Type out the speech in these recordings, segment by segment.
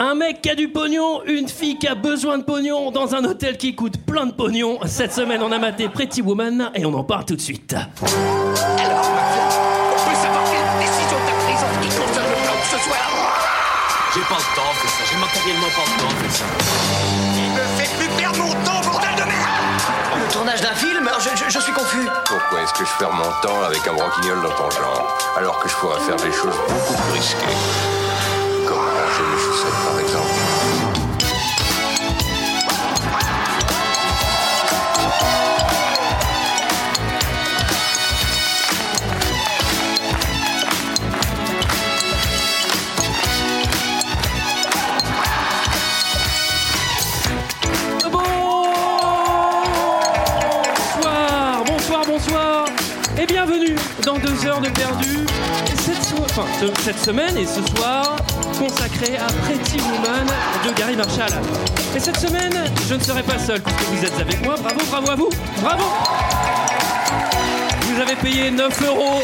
Un mec qui a du pognon, une fille qui a besoin de pognon dans un hôtel qui coûte plein de pognon. Cette semaine, on a maté Pretty Woman et on en parle tout de suite. Alors, on peut savoir quelle décision t'as prise en ce qui concerne le plan de ce soir J'ai pas le temps de faire ça, j'ai matériellement pas le temps de faire ça. Il me fait plus perdre mon temps, bordel de merde Le tournage d'un film je, je- je suis confus. Pourquoi est-ce que je perds mon temps avec un branquignol dans ton genre Alors que je pourrais faire des choses beaucoup plus risquées. Comme ranger mes chaussettes par exemple. Bonsoir, bonsoir, bonsoir et bienvenue dans deux heures de perdu. Et Cette, so- enfin, ce- cette semaine et ce soir consacré à Pretty Woman de Gary Marshall. Et cette semaine, je ne serai pas seul puisque vous êtes avec moi. Bravo, bravo à vous, bravo. Vous avez payé 9 euros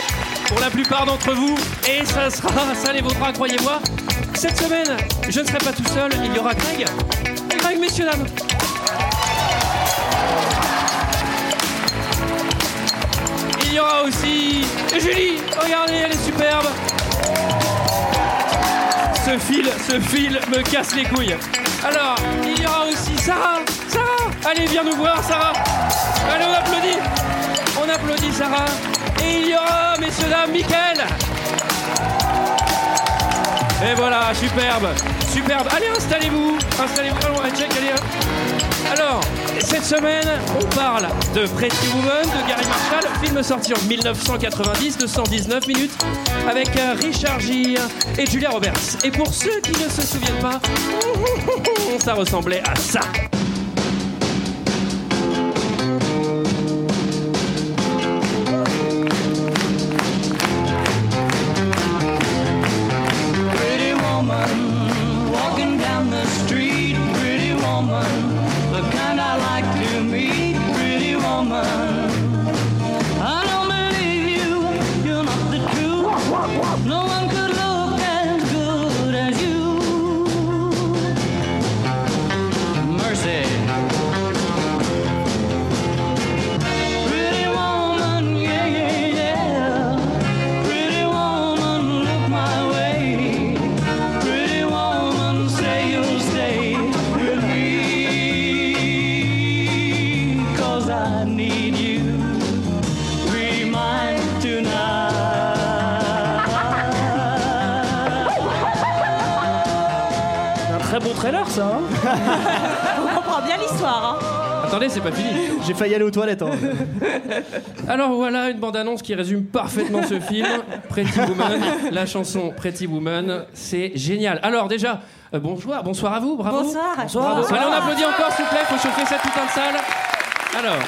pour la plupart d'entre vous et ça sera, ça les vaudra, croyez-moi. Cette semaine, je ne serai pas tout seul, il y aura Greg. Greg, messieurs, dames. Il y aura aussi Julie, regardez, elle est superbe. Ce fil, ce fil me casse les couilles. Alors, il y aura aussi Sarah. Sarah, allez, viens nous voir, Sarah. Allez, on applaudit. On applaudit Sarah. Et il y aura, messieurs, dames, Mickaël. Et voilà, superbe, superbe. Allez, installez-vous. Installez-vous. Allons, allez, check, allez. hop. Alors, cette semaine, on parle de Pretty Woman de Gary Marshall, film sorti en 1990 de 119 minutes avec euh, Richard Gere et Julia Roberts. Et pour ceux qui ne se souviennent pas, ça ressemblait à ça. Pretty woman, walking down the street. Pretty woman, the kind I like to meet. Pretty woman, I don't believe you. You're not the truth. No one could look as good as you. Mercy. Pretty woman, yeah, yeah, yeah. Pretty woman, look my way. Pretty woman, say you'll stay with me. 'Cause I need you. Be mine tonight. Un très bon trailer, ça. hein. On comprend bien l'histoire. hein. Attendez, c'est pas fini. J'ai failli aller aux toilettes. hein. Alors voilà une bande-annonce qui résume parfaitement ce film. Pretty Woman, la chanson Pretty Woman, c'est génial. Alors déjà, euh, bonsoir, bonsoir à vous, bravo. Bonsoir. Bravo. Allez, on applaudit encore, s'il vous plaît, faut chauffer cette putain de salle. Alors,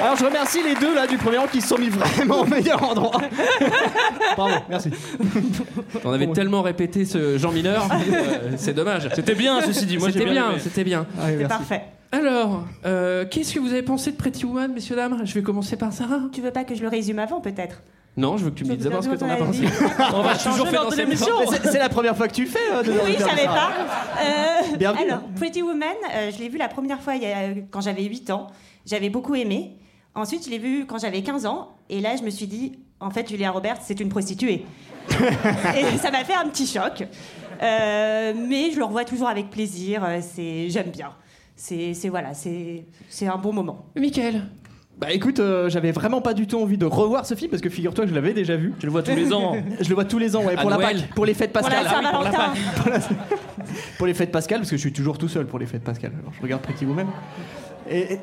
Alors je remercie les deux là du premier rang qui se sont mis vraiment au meilleur endroit. Pardon, merci. on avait tellement répété ce Jean Mineur, euh, c'est dommage. C'était bien, ceci dit, moi C'était bien, c'était bien. Allez, C'est merci. parfait. Alors, euh, qu'est-ce que vous avez pensé de Pretty Woman, messieurs, dames Je vais commencer par Sarah. Tu veux pas que je le résume avant, peut-être Non, je veux que tu me Je dises vous d'abord ce que donne t'en as mon pensé. avis. On va toujours faire dans cette émission. Mais c'est- C'est la première fois que tu fais. euh, de Oui, je savais pas. Euh, Bienvenue. alors, Pretty Woman, euh, je l'ai vu la première fois il y a- euh, quand j'avais 8 ans. J'avais beaucoup aimé. Ensuite, je l'ai vu quand j'avais 15 ans. Et là, je me suis dit, en fait, Julia Roberts, c'est une prostituée. et ça m'a fait un petit choc. Euh, mais je le revois toujours avec plaisir. Euh, C'est, j'aime bien. C'est, c'est- voilà, c'est, c'est un bon moment. Michael, Bah écoute, euh, j'avais vraiment pas du tout envie de revoir ce film parce que figure-toi que je l'avais déjà vu. Tu le vois tous les ans. Je le vois tous les ans, ouais, À pour la Noël. Pâques, pour les fêtes Voilà, Pascal. la Saint-Valentin. Pour les fêtes Pascal, parce que je suis toujours tout seul pour les fêtes Pascal. Alors je regarde Pretty Woman. Et, et-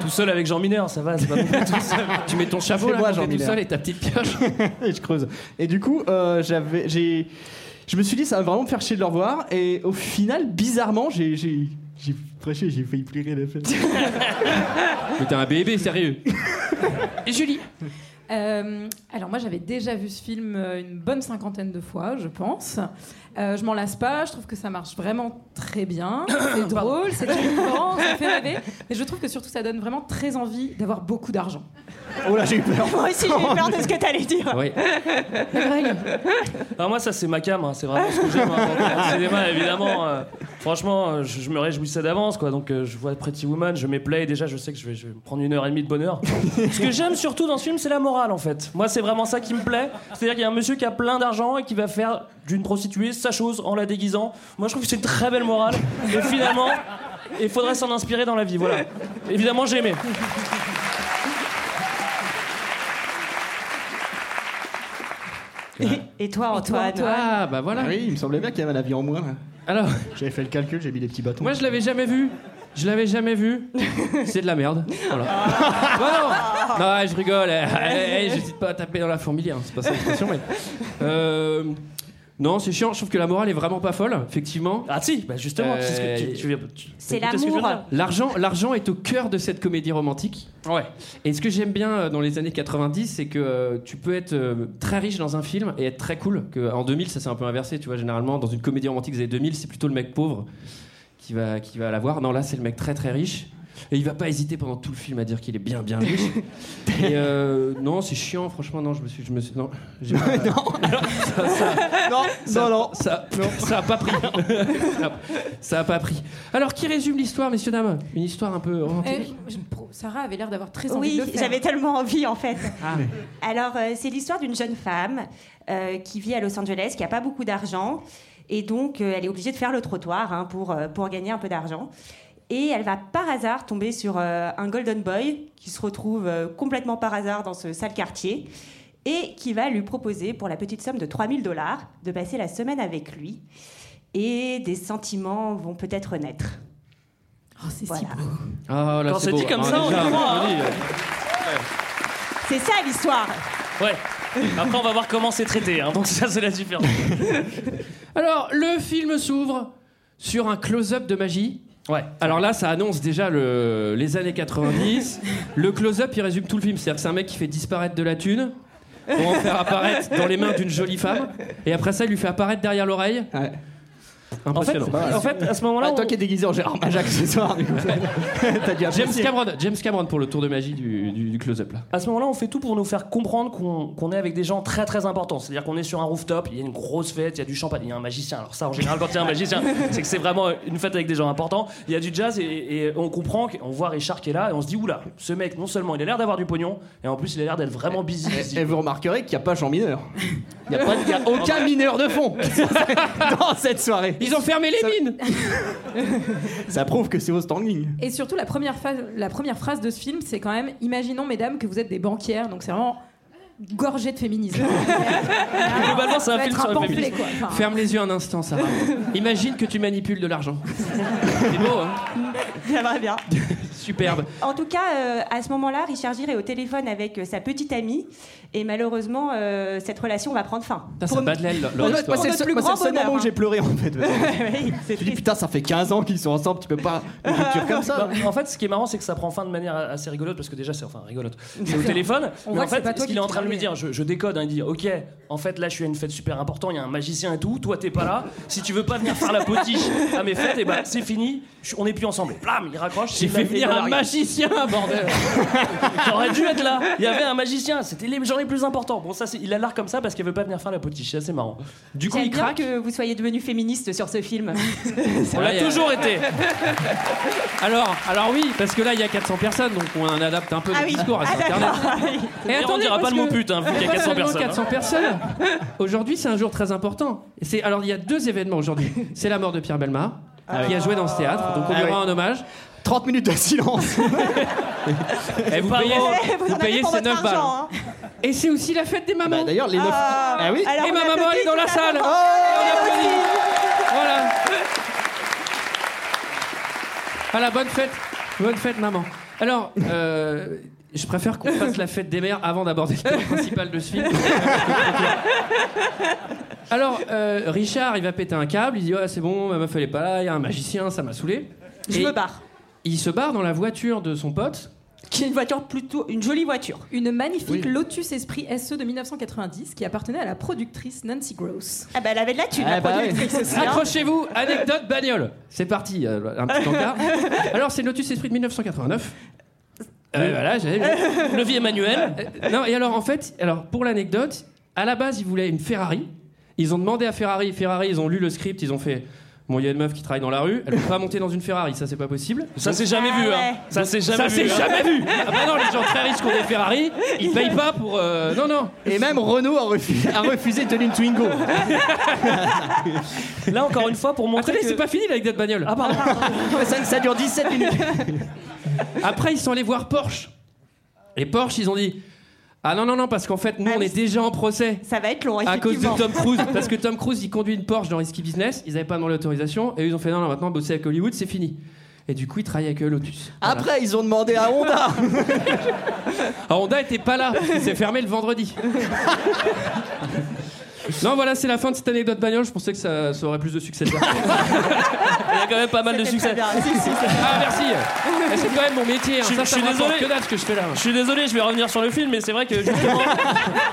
Tout seul avec Jean Mineur, ça va, c'est pas bon. tu mets ton chapeau C'est là, moi, quand t'es Jean tout Mineur. seul et ta petite pioche. et je creuse. Et du coup, euh, j'avais, j'ai, je me suis dit, ça va vraiment me faire chier de le revoir. Et au final, bizarrement, j'ai, j'ai, j'ai prêché, j'ai failli pleurer la fête. Mais t'es un bébé, sérieux. Et Julie. Euh, alors moi j'avais déjà vu ce film euh, une bonne cinquantaine de fois, je pense. Euh, je m'en lasse pas, je trouve que ça marche vraiment très bien. C'est drôle, c'est émouvant, ça fait rêver. Mais je trouve que surtout ça donne vraiment très envie d'avoir beaucoup d'argent. Oh là, j'ai eu peur. Moi aussi, j'ai eu peur de ce que t'allais dire. Oui. Alors moi, ça, c'est ma cam. hein. C'est vraiment ce que j'aime. hein. Dans le cinéma, évidemment. euh, franchement, euh, je, je me réjouissais d'avance, quoi. Donc, euh, je vois Pretty Woman, je mets play. Déjà, je sais que je vais, je vais me prendre une heure et demie de bonheur. ce que j'aime surtout dans ce film, c'est la morale, en fait. Moi, c'est vraiment ça qui me plaît. C'est-à-dire qu'il y a un monsieur qui a plein d'argent et qui va faire d'une prostituée sa chose en la déguisant. Moi, je trouve que c'est une très belle morale. Et finalement, il faudrait s'en inspirer dans la vie. Voilà. Évidemment, j'ai aimé. Et, et toi, Antoine Ah bah voilà. Oui, il me semblait bien qu'il y avait la vie en moins. là. Alors, J'avais fait le calcul, j'ai mis des petits bâtons. moi je l'avais jamais vu. Je l'avais jamais vu. C'est de la merde. Voilà. Bah non. Non, ouais, je rigole. Eh, eh, eh, J'hésite pas à taper dans la fourmilière. hein. C'est pas ça l'expression, mais. Euh, Non, c'est chiant. Je trouve que la morale est vraiment pas folle, effectivement. Euh, Ah si, bah justement. c'est ce que tu- tu viens- tu- C'est t'as écouté ce que je l'amour. viens de dire L'argent, l'argent est au cœur de cette comédie romantique. Ouais. Et ce que j'aime bien euh, dans les années 90, c'est que euh, tu peux être euh, très riche dans un film et être très cool. Que, en 2000, ça s'est un peu inversé, tu vois. Généralement, dans une comédie romantique des années 2000, c'est plutôt le mec pauvre qui va, qui va l'avoir. Non, là, c'est le mec très très riche. Et il va pas hésiter pendant tout le film à dire qu'il est bien bien riche. Et euh, non, c'est chiant, franchement, non, je me suis. Je me suis non, j'ai pas- Non, non, non. ça, ça a pas pris. ça a pas pris. Alors, qui résume l'histoire, messieurs, dames Une histoire un peu romantique. Eh, je- pro- Sarah avait l'air d'avoir très envie Oui, de le faire. j'avais tellement envie en fait. Ah. Alors, euh, c'est l'histoire d'une jeune femme euh, qui vit à Los Angeles, qui n'a pas beaucoup d'argent, et donc euh, elle est obligée de faire le trottoir hein, pour, euh, pour gagner un peu d'argent. Et elle va par hasard tomber sur euh, un Golden Boy qui se retrouve euh, complètement par hasard dans ce sale quartier et qui va lui proposer pour la petite somme de 3000 dollars de passer la semaine avec lui. Et des sentiments vont peut-être naître. Oh, c'est Voilà. si beau. Ah, là, Eh. Quand c'est beau. dit comme Ah, ça, on déjà, y croit, hein. on dit, euh, C'est ça l'histoire. Ouais. Après, on va voir comment c'est traité. hein. Donc ça, c'est la différence. Alors, le film s'ouvre sur un close-up de magie. Ouais. Alors là, ça annonce déjà le- les années 90. le close-up, il résume tout le film. C'est-à-dire que c'est un mec qui fait disparaître de la thune pour en faire apparaître dans les mains d'une jolie femme. Et après ça, il lui fait apparaître derrière l'oreille. Ouais. En fait, Impressionnant. en fait, à ce moment-là, Ah, toi qui es déguisé en Gérard Majac ce soir, du coup. T'as dit James Cameron, James Cameron pour le tour de magie du, du- du close-up là. on- à ce moment-là, on fait tout pour nous faire comprendre qu'on qu'on est avec des gens très très importants. C'est-à-dire qu'on est sur un rooftop, il y a une grosse fête, il y a du champagne, il y a un magicien. Alors ça, en général, quand il y a un magicien, c'est que c'est vraiment une fête avec des gens importants. Il y a du jazz et, et on comprend, qu'on voit Richard qui est là et on se dit oula, ce mec, non seulement il a l'air d'avoir du pognon, et en plus il a l'air d'être vraiment busy. Et vous remarquerez qu'il n'y a pas Jean Mineur. Il y a pas de- il y a aucun- Aucun mineur de fond dans cette soirée. Ils ont fermé les mines Ça prouve que c'est au standing. Et surtout, la première, phase- la première phrase de ce film, c'est quand même Imaginons, mesdames, que vous êtes des banquières. Donc, c'est vraiment gorgé de féminisme. Globalement, c'est Ça un va film être sur un le pamphlet, féminisme. quoi. Enfin, Ferme les yeux un instant, Sarah. Imagine que tu manipules de l'argent. C'est beau, hein J'aimerais bien. Superbe. En tout cas, euh, à ce moment-là, Richard Gere est au téléphone avec euh, sa petite amie et malheureusement, euh, cette relation va prendre fin. Putain, ça bah, bat de l'aile, leur Moi, histoire. moi, c'est le notre seul- plus moi, c'est le grand seul bonheur, moment où hein. j'ai pleuré en fait. Oui, c'est Je dis triste. putain, ça fait 15 ans qu'ils sont ensemble, tu peux pas une rupture comme ça. Bah, en fait, ce qui est marrant, c'est que ça prend fin de manière assez rigolote parce que déjà, c'est enfin rigolote. C'est au téléphone. On mais voit en que c'est fait, pas toi ce qu'il qui est en train de lui parlais. dire, je, je décode. hein, il dit, ok, en fait, là, je suis à une fête super importante. Il y a un magicien et tout. Toi, t'es pas là. Si tu veux pas venir faire la potiche à mes fêtes, et ben, c'est fini. Je- on est plus ensemble. Blam, il raccroche. J'ai il fait va- il venir va un larguer. magicien, bordel J'aurais dû être là. Il y avait un magicien. C'était les gens les plus importants. Bon, ça, c'est- il a l'air comme ça parce qu'il veut pas venir faire la potiche. C'est assez marrant. Du coup, J'aime il bien craque. que vous soyez devenu féministe sur ce On film. Ouais, il y l'a a- toujours été. Alors, alors oui, parce que là, il y a 400 personnes, donc on adapte un peu notre discours à Ah, cet internet. d'accord. Oui. Et D'ailleurs, on dira parce pas le mot que- pute, hein, vu qu'il y a pas seulement 400 personnes, 400 hein. personnes. Aujourd'hui, c'est un jour très important. Et C'est alors il y a deux événements aujourd'hui. C'est la mort de Pierre Belmar, Ah qui a joué dans ce théâtre, donc on lui Ah, rend ouais. un hommage. 30 minutes de silence. Et vous pas payez, vrai. Eh, Vous, vous en avez payez pour ces votre 9 balles. argent. hein. Et c'est aussi la fête des Ah mamans. Bah, D'ailleurs, les 9. Ah. Ah oui Alors, Et on ma maman, elle est applaudit dans la tout Oh, salle. monde. Et on applaudit. Voilà. Voilà, bonne fête. Bonne fête, maman. Alors, euh, je préfère qu'on fasse la fête des mères avant d'aborder le thème principal de ce film. Alors, euh, Richard, il va péter un câble. Il dit Ouais, c'est bon, ma meuf, elle est pas là. Il y a un magicien, ça m'a saoulé. Je Et me barre. Il se barre dans la voiture de son pote. qui est une voiture plutôt, une jolie voiture. Une magnifique Lotus Esprit SE de 1990 qui appartenait à la productrice Nancy Gross. Ah bah elle avait de la thune, la Accrochez-vous, anecdote bagnole. C'est parti, euh, un petit encart. Alors, c'est le Lotus Esprit de 1989. Euh, voilà, j'avais le levier manuel. Euh, non, et alors, en fait, alors, pour l'anecdote, à la base, ils voulaient une Ferrari. Ils ont demandé à Ferrari. Ferrari, ils ont lu le script, ils ont fait. Bon, il y a une meuf qui travaille dans la rue, elle peut pas monter dans une Ferrari, ça c'est pas possible. Ça Donc- s'est jamais vu, hein. Ça s'est jamais ça vu. s'est hein. jamais vu. Ah bah non, les gens très riches qui ont des Ferrari, ils payent pas pour. euh, Non, non. Et même Renault a refusé, a refusé de donner une Twingo. Là encore une fois pour montrer Attendez, que- c'est pas fini l'anecdote bagnole. Ah pardon. ça, ça dure 17 minutes. Après, ils sont allés voir Porsche. Et Porsche, ils ont dit Ah non, non, non, parce qu'en fait, nous, Ah, on oui. est déjà en procès Ça va être long, à cause de effectivement. Tom Cruise. Parce que Tom Cruise, il conduit une Porsche dans Risky Business, ils n'avaient pas demandé l'autorisation, et ils ont fait Non, non, maintenant, bosser avec Hollywood, c'est fini. Et du coup, ils travaillent avec euh, Lotus. Voilà. Après, ils ont demandé à Honda. Ah, Honda était pas là, il s'est fermé le vendredi. Non, voilà, c'est la fin de cette anecdote bagnole. Je pensais que ça, ça aurait plus de succès. que ça. Il y a quand même pas mal de C'était très succès. bien. Si, si, si. Ah, merci. Eh, Et C'est quand même mon métier. hein. Je- ça, je ça suis me rapporte désolé. que dalle ce que je fais là. Je Je suis désolé, je vais revenir sur le film, mais c'est vrai que justement.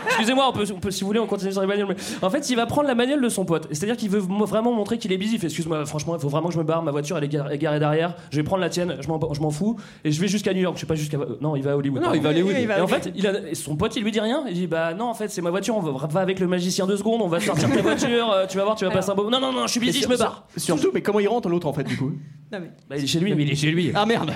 Excusez-moi, on peut, on peut- si vous voulez, on continue sur les bagnoles. Mais en fait, il va prendre la bagnole de son pote. C'est-à-dire qu'il veut mo- vraiment montrer qu'il est busy. Il fait Excuse-moi, franchement, il faut vraiment que je me barre. Ma voiture, elle est gar- est garée derrière. Je vais prendre la tienne, je m'en je m'en fous. Et je vais jusqu'à New York. Je sais pas jusqu'à. euh, Non, il va à Hollywood. Non, pardon. il va à Hollywood. Il va Et au- en fait, il a- et son pote, il lui dit rien. Il dit Bah non, en fait, c'est ma voiture. On va, va avec le magicien deux secondes. On va sortir ta voiture. euh, Tu vas voir, tu vas passer un beau. Non, non, non, je suis busy, je me barre. Surtout, mais comment il rentre l'autre en fait du coup Non, mais Bah, il est chez lui. Mais il est chez lui. Ah merde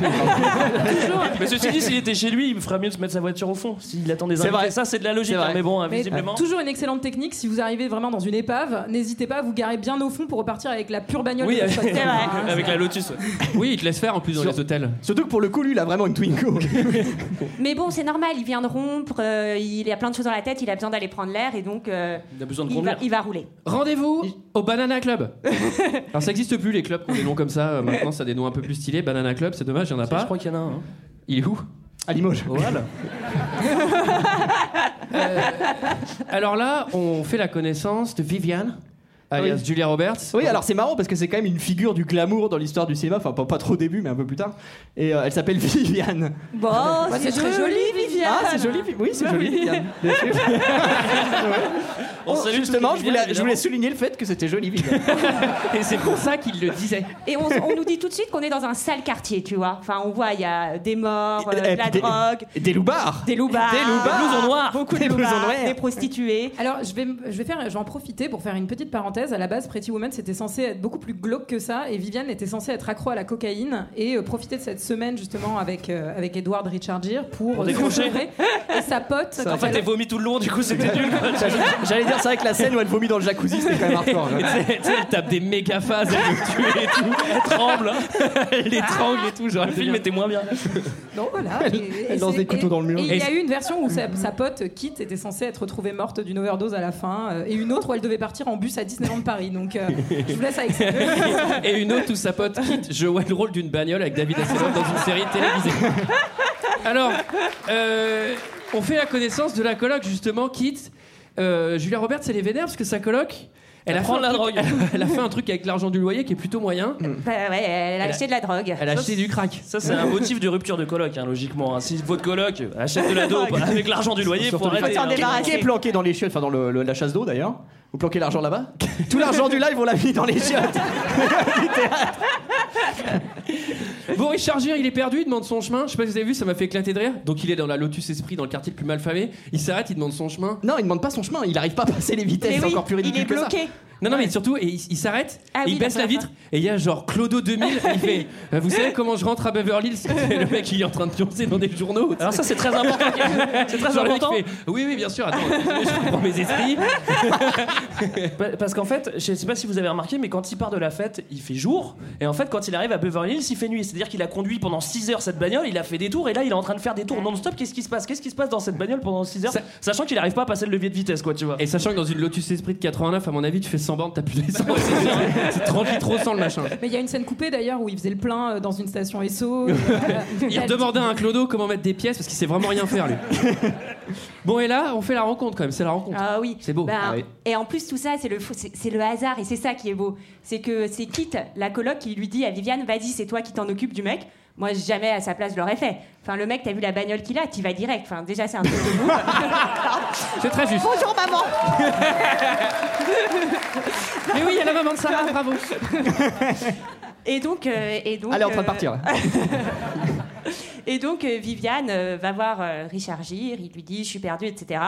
Mais ceci dit, s'il était chez lui, il ferait mieux de se mettre sa voiture au fond. S'il attend des C'est invités. vrai. ça c'est de la logique. C'est vrai. hein, mais bon, hein, Mais visiblement. euh, toujours une excellente technique. Si vous arrivez vraiment dans une épave, n'hésitez pas à vous garer bien au fond pour repartir avec la pure bagnole. Oui, de votre avec- choix. vrai. Hein, Avec la Lotus. ouais. Oui, il te laisse faire en plus dans Sur- les hôtels. Surtout que pour le coup, lui, il a vraiment une Twingo. Mais bon, c'est normal, il vient de rompre, euh, il a plein de choses dans la tête, il a besoin d'aller prendre l'air et donc euh, Il a besoin de il, va, conduire. il va rouler. Rendez-vous au Banana Club. Alors ça n'existe plus les clubs qui ont des noms comme ça. euh, Maintenant, ça a des noms un peu plus stylés. Banana Club, c'est dommage, il n'y en a Je pas. crois qu'il y en a un. hein. Il est où À Limoges. Voilà. Alors là, on fait la connaissance de Viviane, alias Oui. Julia Roberts. Oui, alors c'est marrant parce que c'est quand même une figure du glamour dans l'histoire du cinéma, enfin pas, pas trop au début, mais un peu plus tard. Et euh, elle s'appelle Viviane. Bon, c'est très joli, Viviane. Ah, c'est joli, Vi- oui, c'est joli, Viviane. Bien sûr. Oh, On salue Justement, toutes je les voulais, Vivianes, je voulais souligner le fait que c'était joli, Viviane. Et c'est pour ça qu'il le disait. Et on, on nous dit tout de suite qu'on est dans un sale quartier, tu vois. Enfin, on voit, il y a des morts, euh, Et de la puis des- drogue, Et Des loupards des loupards, Des Ah loupards. des blousons noirs. beaucoup de Des blousons loupards, noirs. des prostituées. Alors, je vais, m- je vais faire, j'en profiter pour faire une petite parenthèse. À la base, Pretty Woman, c'était censé être beaucoup plus glauque que ça, et Viviane était censée être accro à la cocaïne et euh, profiter de cette semaine justement avec euh, avec Edward Richard Gere pour, euh, décrocher. s'enivrer. et sa pote. va. quand En fait, elle- elle vomit tout le long, du coup, c'était nul. J'allais dire, c'est vrai que la scène où elle vomit dans le jacuzzi, c'était quand même hardcore. hein. Tu sais, tu sais, elle tape des méga phases, elle le tue et tout. Elle tremble. hein. Elle l'étrangle et tout. Genre, Le film était moins bien. Donc voilà. et- et elle lance c'est- des couteaux et- dans le mur. Mm-hmm. Et il y a Et- eu une version où sa, sa pote Kit était censée être retrouvée morte d'une overdose à la fin, euh, et une autre où elle devait partir en bus à Disneyland Paris. Donc euh, je vous laisse avec ça. Et une autre où sa pote quitte jouait le rôle d'une bagnole avec David Hasselhoff dans une série télévisée. Alors, euh, on fait la connaissance de la coloc, justement, Kit. Euh, Julia Roberts, elle est vénère parce que sa coloc. Elle, a prend fait de la un truc- drogue. Elle, a fait un truc avec l'argent du loyer qui est plutôt moyen. Bah ouais, elle a acheté de la drogue. Elle a acheté du crack. Mm. Ça, c'est un motif de rupture de coloc, hein, logiquement. hein. Si votre coloc achète de la dope avec l'argent du loyer, pour Surtout les arrêter. femmes. Faut s'en hein. débarrasser. Qui est planqué dans les chiottes, enfin dans le- le- la chasse d'eau d'ailleurs. Vous planquez l'argent là-bas Tout l'argent du live, on l'a mis dans les chiottes. Bon, Richard Gere, il est perdu, il demande son chemin. Je sais pas si vous avez vu, ça m'a fait éclater de rire. Donc, il est dans la Lotus Esprit, dans le quartier le plus mal famé. Il s'arrête, il demande son chemin. Non, il demande pas son chemin, il arrive pas à passer les vitesses, Mais c'est oui, encore plus il ridicule est que ça. bloqué. Non, non, mais surtout, et il, il s'arrête, Ah et oui, il baisse la la première vitre, et il y a genre Clodo 2000, il fait euh, Vous savez comment je rentre à Beverly Hills C'est le mec qui est en train de pioncer dans des journaux. Alors, ça, c'est très important. C'est très Genre, le mec important. fait, oui, oui, bien sûr, attends, je prends mes esprits. Pa- Bah, Parce qu'en fait, je sais pas si vous avez remarqué, mais quand il part de la fête, il fait jour. Et en fait, quand il arrive à Beverly Hills, il fait nuit. C'est-à-dire qu'il a conduit pendant 6 heures cette bagnole, il a fait des tours, et là, il est en train de faire des tours non-stop. Qu'est-ce qui se passe Qu'est-ce qui se passe dans cette bagnole pendant 6 heures Ça- Sachant qu'il arrive pas à passer le levier de vitesse, quoi, tu vois. Et sachant que dans une Lotus Esprit de 89, à mon avis, tu fais 100 bandes, t'as plus d'essence. C'est 30 litres au 100 le machin. Mais il y a une scène coupée d'ailleurs où il faisait le plein euh, dans une station SO. Il demandait à un Clodo comment mettre des pièces parce qu'il sait vraiment rien faire, lui. Bon, et là, on fait la rencontre quand même, c'est la rencontre. Ah oui. C'est beau. Ben, Bah, Ah oui. Et en plus, tout ça, c'est le, fou- c'est c'est le hasard et c'est ça qui est beau. C'est que c'est Kit, la coloc, qui lui dit à Viviane Vas-y, c'est toi qui t'en occupe du mec. Moi, jamais à sa place, je l'aurais fait. Enfin, le mec, t'as vu la bagnole qu'il a, t'y vas direct. Enfin, déjà, c'est un truc de bouffe. C'est très juste. Bonjour, maman Mais oui, il y a la maman de Sarah, bravo. Et donc, euh, et donc. Elle est en train de euh, partir. Et donc, euh, Viviane euh, va voir euh, Richard Gir, il lui dit Je suis perdue, etc.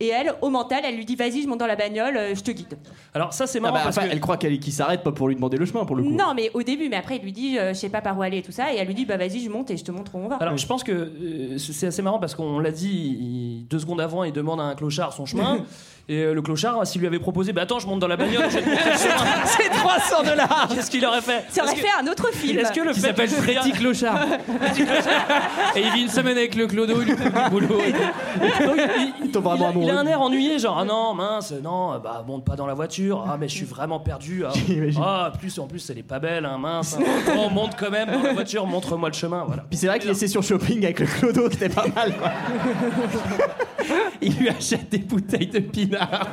Et elle, au mental, elle lui dit Vas-y, je monte dans la bagnole, euh, je te guide. Alors ça c'est Ah marrant bah, parce enfin, que Elle croit qu'elle- qu'il s'arrête pas pour lui demander le chemin pour le coup. Non, mais au début, mais après, il lui dit euh, Je sais pas par où aller et tout ça. Et elle lui dit Bah, vas-y, je monte et je te montre où on va. Alors je pense que euh, c- c'est assez marrant parce qu'on l'a dit il- deux secondes avant, il demande à un clochard son chemin. Et euh, le clochard, s'il lui avait proposé, bah attends, je monte dans la bagnole, je vais te montrer le chemin. C'est 300 dollars. Qu'est-ce qu'il aurait fait ça aurait Est-ce que- fait un autre film. Est-ce que le Qui fait s'appelle qu'il se Freddy regarde- Clochard. Et il vit une semaine avec le Clodo, il lui fait du boulot. Donc, il, il- tombe il vraiment a- il a amoureux. un air ennuyé, genre ah non mince, non bah monte pas dans la voiture, ah mais je suis vraiment perdu, ah, J'imagine. Ah, plus en plus elle est pas belle, hein, mince, on monte quand même dans la voiture, montre-moi le chemin, voilà. Puis c'est vrai que les sessions shopping avec le clodo, c'était pas mal. quoi. Il lui achète des bouteilles de pinard.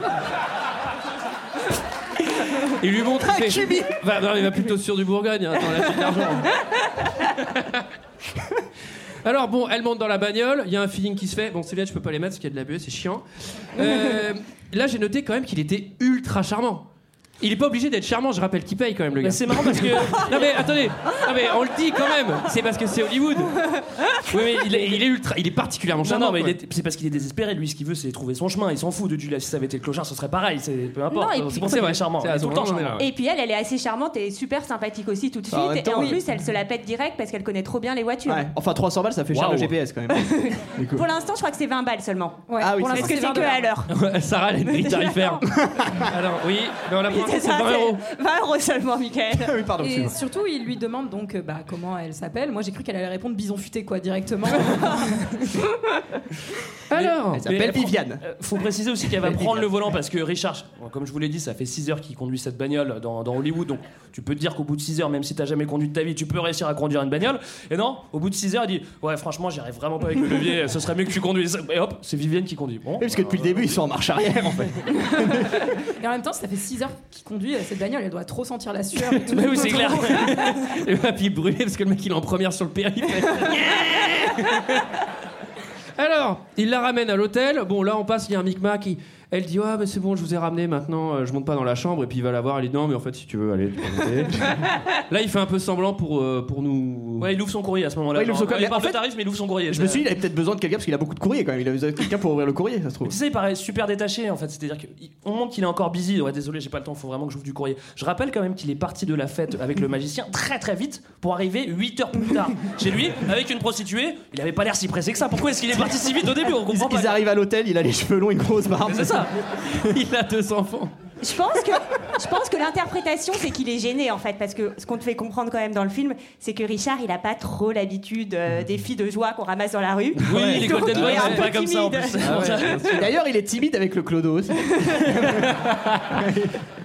Il lui montre. il fait- Va, non, il va plutôt sur du Bourgogne. hein. Attends, là, j'ai de l'argent. Alors bon, elle monte dans la bagnole. Il y a un feeling qui se fait. Bon, celui-là, je peux pas les mettre parce qu'il y a de la buée, c'est chiant. Euh, là, j'ai noté quand même qu'il était ultra charmant. Il est pas obligé d'être charmant. Je rappelle qu'il paye quand même le gars. Mais c'est marrant parce que Non mais attendez, non mais on le dit quand même. C'est parce que c'est Hollywood. Oui mais il est, il est ultra, il est particulièrement Non, charmant. non, mais il quoi. est- c'est parce qu'il est désespéré. Lui, ce qu'il veut, c'est trouver son chemin. Il s'en fout de Julia. Si ça avait été le clochard, ce serait pareil. C'est peu importe. Non, et C'est puis- pour ça qu'il est charmant. C'est Il à est ce tout le temps moment-là, charmant. ouais. Et puis elle, elle est assez charmante et super sympathique aussi tout de suite. Ah, en même et temps, en oui. plus, elle se la pète direct parce qu'elle connaît trop bien les voitures. Ouais. Enfin, 300 balles, ça fait cher Waouh. le GPS quand même. Du coup. Pour l'instant, je crois que c'est 20 balles seulement. Ouais, Ah oui, pour l'instant, Parce c'est- que c'est c'est que 20 à l'heure. Sarah, elle a une grille tarifaire. Alors oui, mais on la prend en compte, C'est c'est ça, 20 euros. c'est 20 euros seulement, Michael. Ah oui, pardon, Et excuse-moi. surtout, il lui demande donc euh, bah, comment elle s'appelle. Moi, j'ai cru qu'elle allait répondre bison futé, quoi, directement. Alors, Elle s'appelle Viviane. Euh, Faut préciser aussi qu'elle va prendre le volant parce que Richard, bon, comme je vous l'ai dit, ça fait 6 heures qu'il conduit cette bagnole dans, dans Hollywood. Donc tu peux te dire qu'au bout de 6 heures, même si t'as jamais conduit de ta vie, tu peux réussir à conduire une bagnole. Et non, au bout de 6 heures, il dit Ouais, franchement, j'y arrive vraiment pas avec le levier. Ce serait mieux que tu conduises. Et hop, c'est Vivienne qui conduit. Bon, Oui, parce que depuis le début, ils sont en marche arrière en fait. et en même temps, ça fait 6 heures qu'il conduit euh, cette bagnole. Elle doit trop sentir la sueur. et tout. Bah Mais Bah oui, c'est clair. Et papy brûlé parce que le mec il est en première sur le périph'. Alors, il la ramène à l'hôtel. Bon, là on passe, il y a un micmac. il- Elle dit Ah, mais c'est bon, je vous ai ramené maintenant, euh, je monte pas dans la chambre. Et puis il va la voir. Elle dit Non, mais en fait, si tu veux, allez, tu peux monter. Là, il fait un peu semblant pour, euh, pour nous. Ouais, il ouvre son courrier à ce moment-là. Ouais, il ouvre son Genre, courrier. Euh, parle En de fait, tarif, mais il ouvre son courrier. Je me suis dit, il avait peut-être besoin de quelqu'un parce qu'il a beaucoup de courriers quand même. Il a besoin de quelqu'un pour ouvrir le courrier, ça se trouve. Tu sais, il paraît super détaché en fait. C'est-à-dire qu'on montre qu'il est encore busy. Ouais, désolé, j'ai pas le temps, faut vraiment que j'ouvre du courrier. Je rappelle quand même qu'il est parti de la fête avec le magicien très très vite pour arriver 8 heures plus tard chez lui avec une prostituée. Il avait pas l'air si pressé que ça. Pourquoi est-ce qu'il est parti si vite au début On comprend Ils, pas. ils arrivent à l'hôtel, il a les cheveux longs, une grosse barbe. C'est Oh, bah ça. Il a deux enfants. Je pense que, je pense que l'interprétation, c'est qu'il est gêné en fait, parce que ce qu'on te fait comprendre quand même dans le film, c'est que Richard, il a pas trop l'habitude euh, des filles de joie qu'on ramasse dans la rue. Oui, Ouais. les Donc, Golden il est Boys un sont peu pas comme ça en plus. Ah timide. C'est pour ça Et D'ailleurs, il est timide avec le clodo aussi.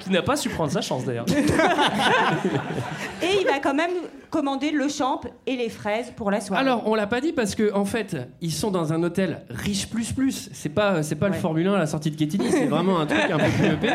Qui n'a pas su prendre sa chance d'ailleurs. Et il va quand même commander le champ et les fraises pour la soirée. Alors, on l'a pas dit parce que en fait, ils sont dans un hôtel riche plus plus. C'est pas c'est pas le Ouais. Formule 1 à la sortie de Quétigny, c'est vraiment un truc un peu plus EP.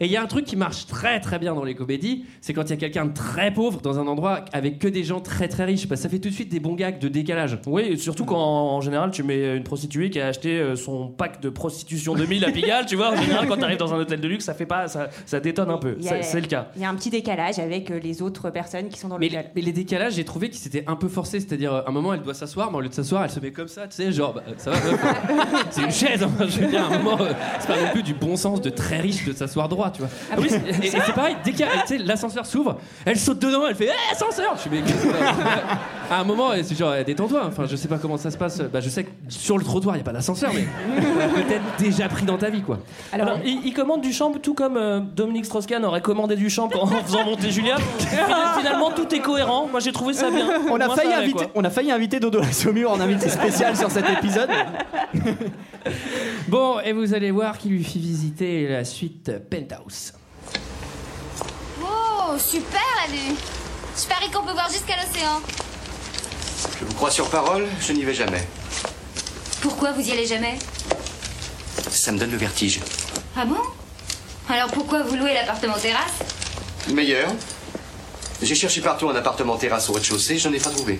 Et il y a un truc qui marche très très bien dans les comédies, c'est quand il y a quelqu'un de très pauvre dans un endroit avec que des gens très très riches. Parce que ça fait tout de suite des bons gags de décalage. Oui, et surtout quand en général tu mets une prostituée qui a acheté euh, son pack de prostitution 2000 à Pigalle, tu vois. En général, quand t'arrives dans un hôtel de luxe, ça fait pas, ça, ça détonne un peu. Il y a- C'est c'est le cas. il y a un petit décalage avec euh, les autres personnes qui sont dans le Mais, hôtel. mais les décalages, j'ai trouvé qu'ils s'étaient un peu forcés. C'est-à-dire, euh, à un moment, elle doit s'asseoir, mais au lieu de s'asseoir, elle se met comme ça, tu sais, genre, bah, euh, ça va, meuf c'est une chaise. hein, je veux dire, à un moment, euh, c'est pas non plus du bon sens de très riche de s'asseoir droit, tu vois. Ah Oui, c'est- et- et c'est pareil, dès que l'ascenseur s'ouvre, elle saute dedans, elle fait Eh, ascenseur Je suis mais qu'est-ce que- À un moment, elle- c'est genre, eh, détends-toi. Enfin, je sais pas comment ça se passe. Bah, je sais que sur le trottoir, il y a pas d'ascenseur, mais peut-être déjà pris dans ta vie, quoi. Alors, il, il commande du champ tout comme euh, Dominique Strauss-Kahn aurait commandé du champ en faisant monter Julia. Fina- Finalement, tout est cohérent. Moi, j'ai trouvé ça bien. On a, Moi, failli ça allait, inviter, quoi. on a failli inviter Dodo la Saumure en invité spécial sur cet épisode. Bon, et vous allez voir qu'il lui fit visiter la suite euh, Penthouse. Oh, super la vue Je parie qu'on peut voir jusqu'à l'océan. Je vous crois sur parole, je n'y vais jamais. Pourquoi vous y allez jamais Ça me donne le vertige. Ah bon Alors pourquoi vous louez l'appartement terrasse Meilleur J'ai cherché partout un appartement terrasse au rez-de-chaussée, je n'en ai pas trouvé.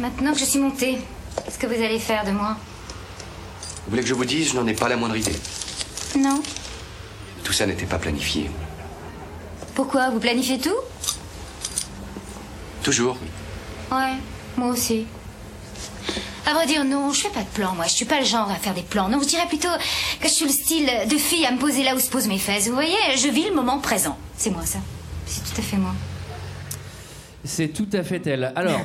Maintenant que je suis montée, qu'est-ce que vous allez faire de moi Vous voulez que je vous dise, je n'en ai pas la moindre idée. Non. Tout ça n'était pas planifié. Pourquoi Vous planifiez tout Toujours. Ouais, moi aussi. À vrai dire, non, je fais pas de plan, moi. Je suis pas le genre à faire des plans. Non, je dirais plutôt que je suis le style de fille à me poser là où se posent mes fesses. Vous voyez, je vis le moment présent. C'est moi, ça. C'est tout à fait moi. C'est tout à fait elle. Alors,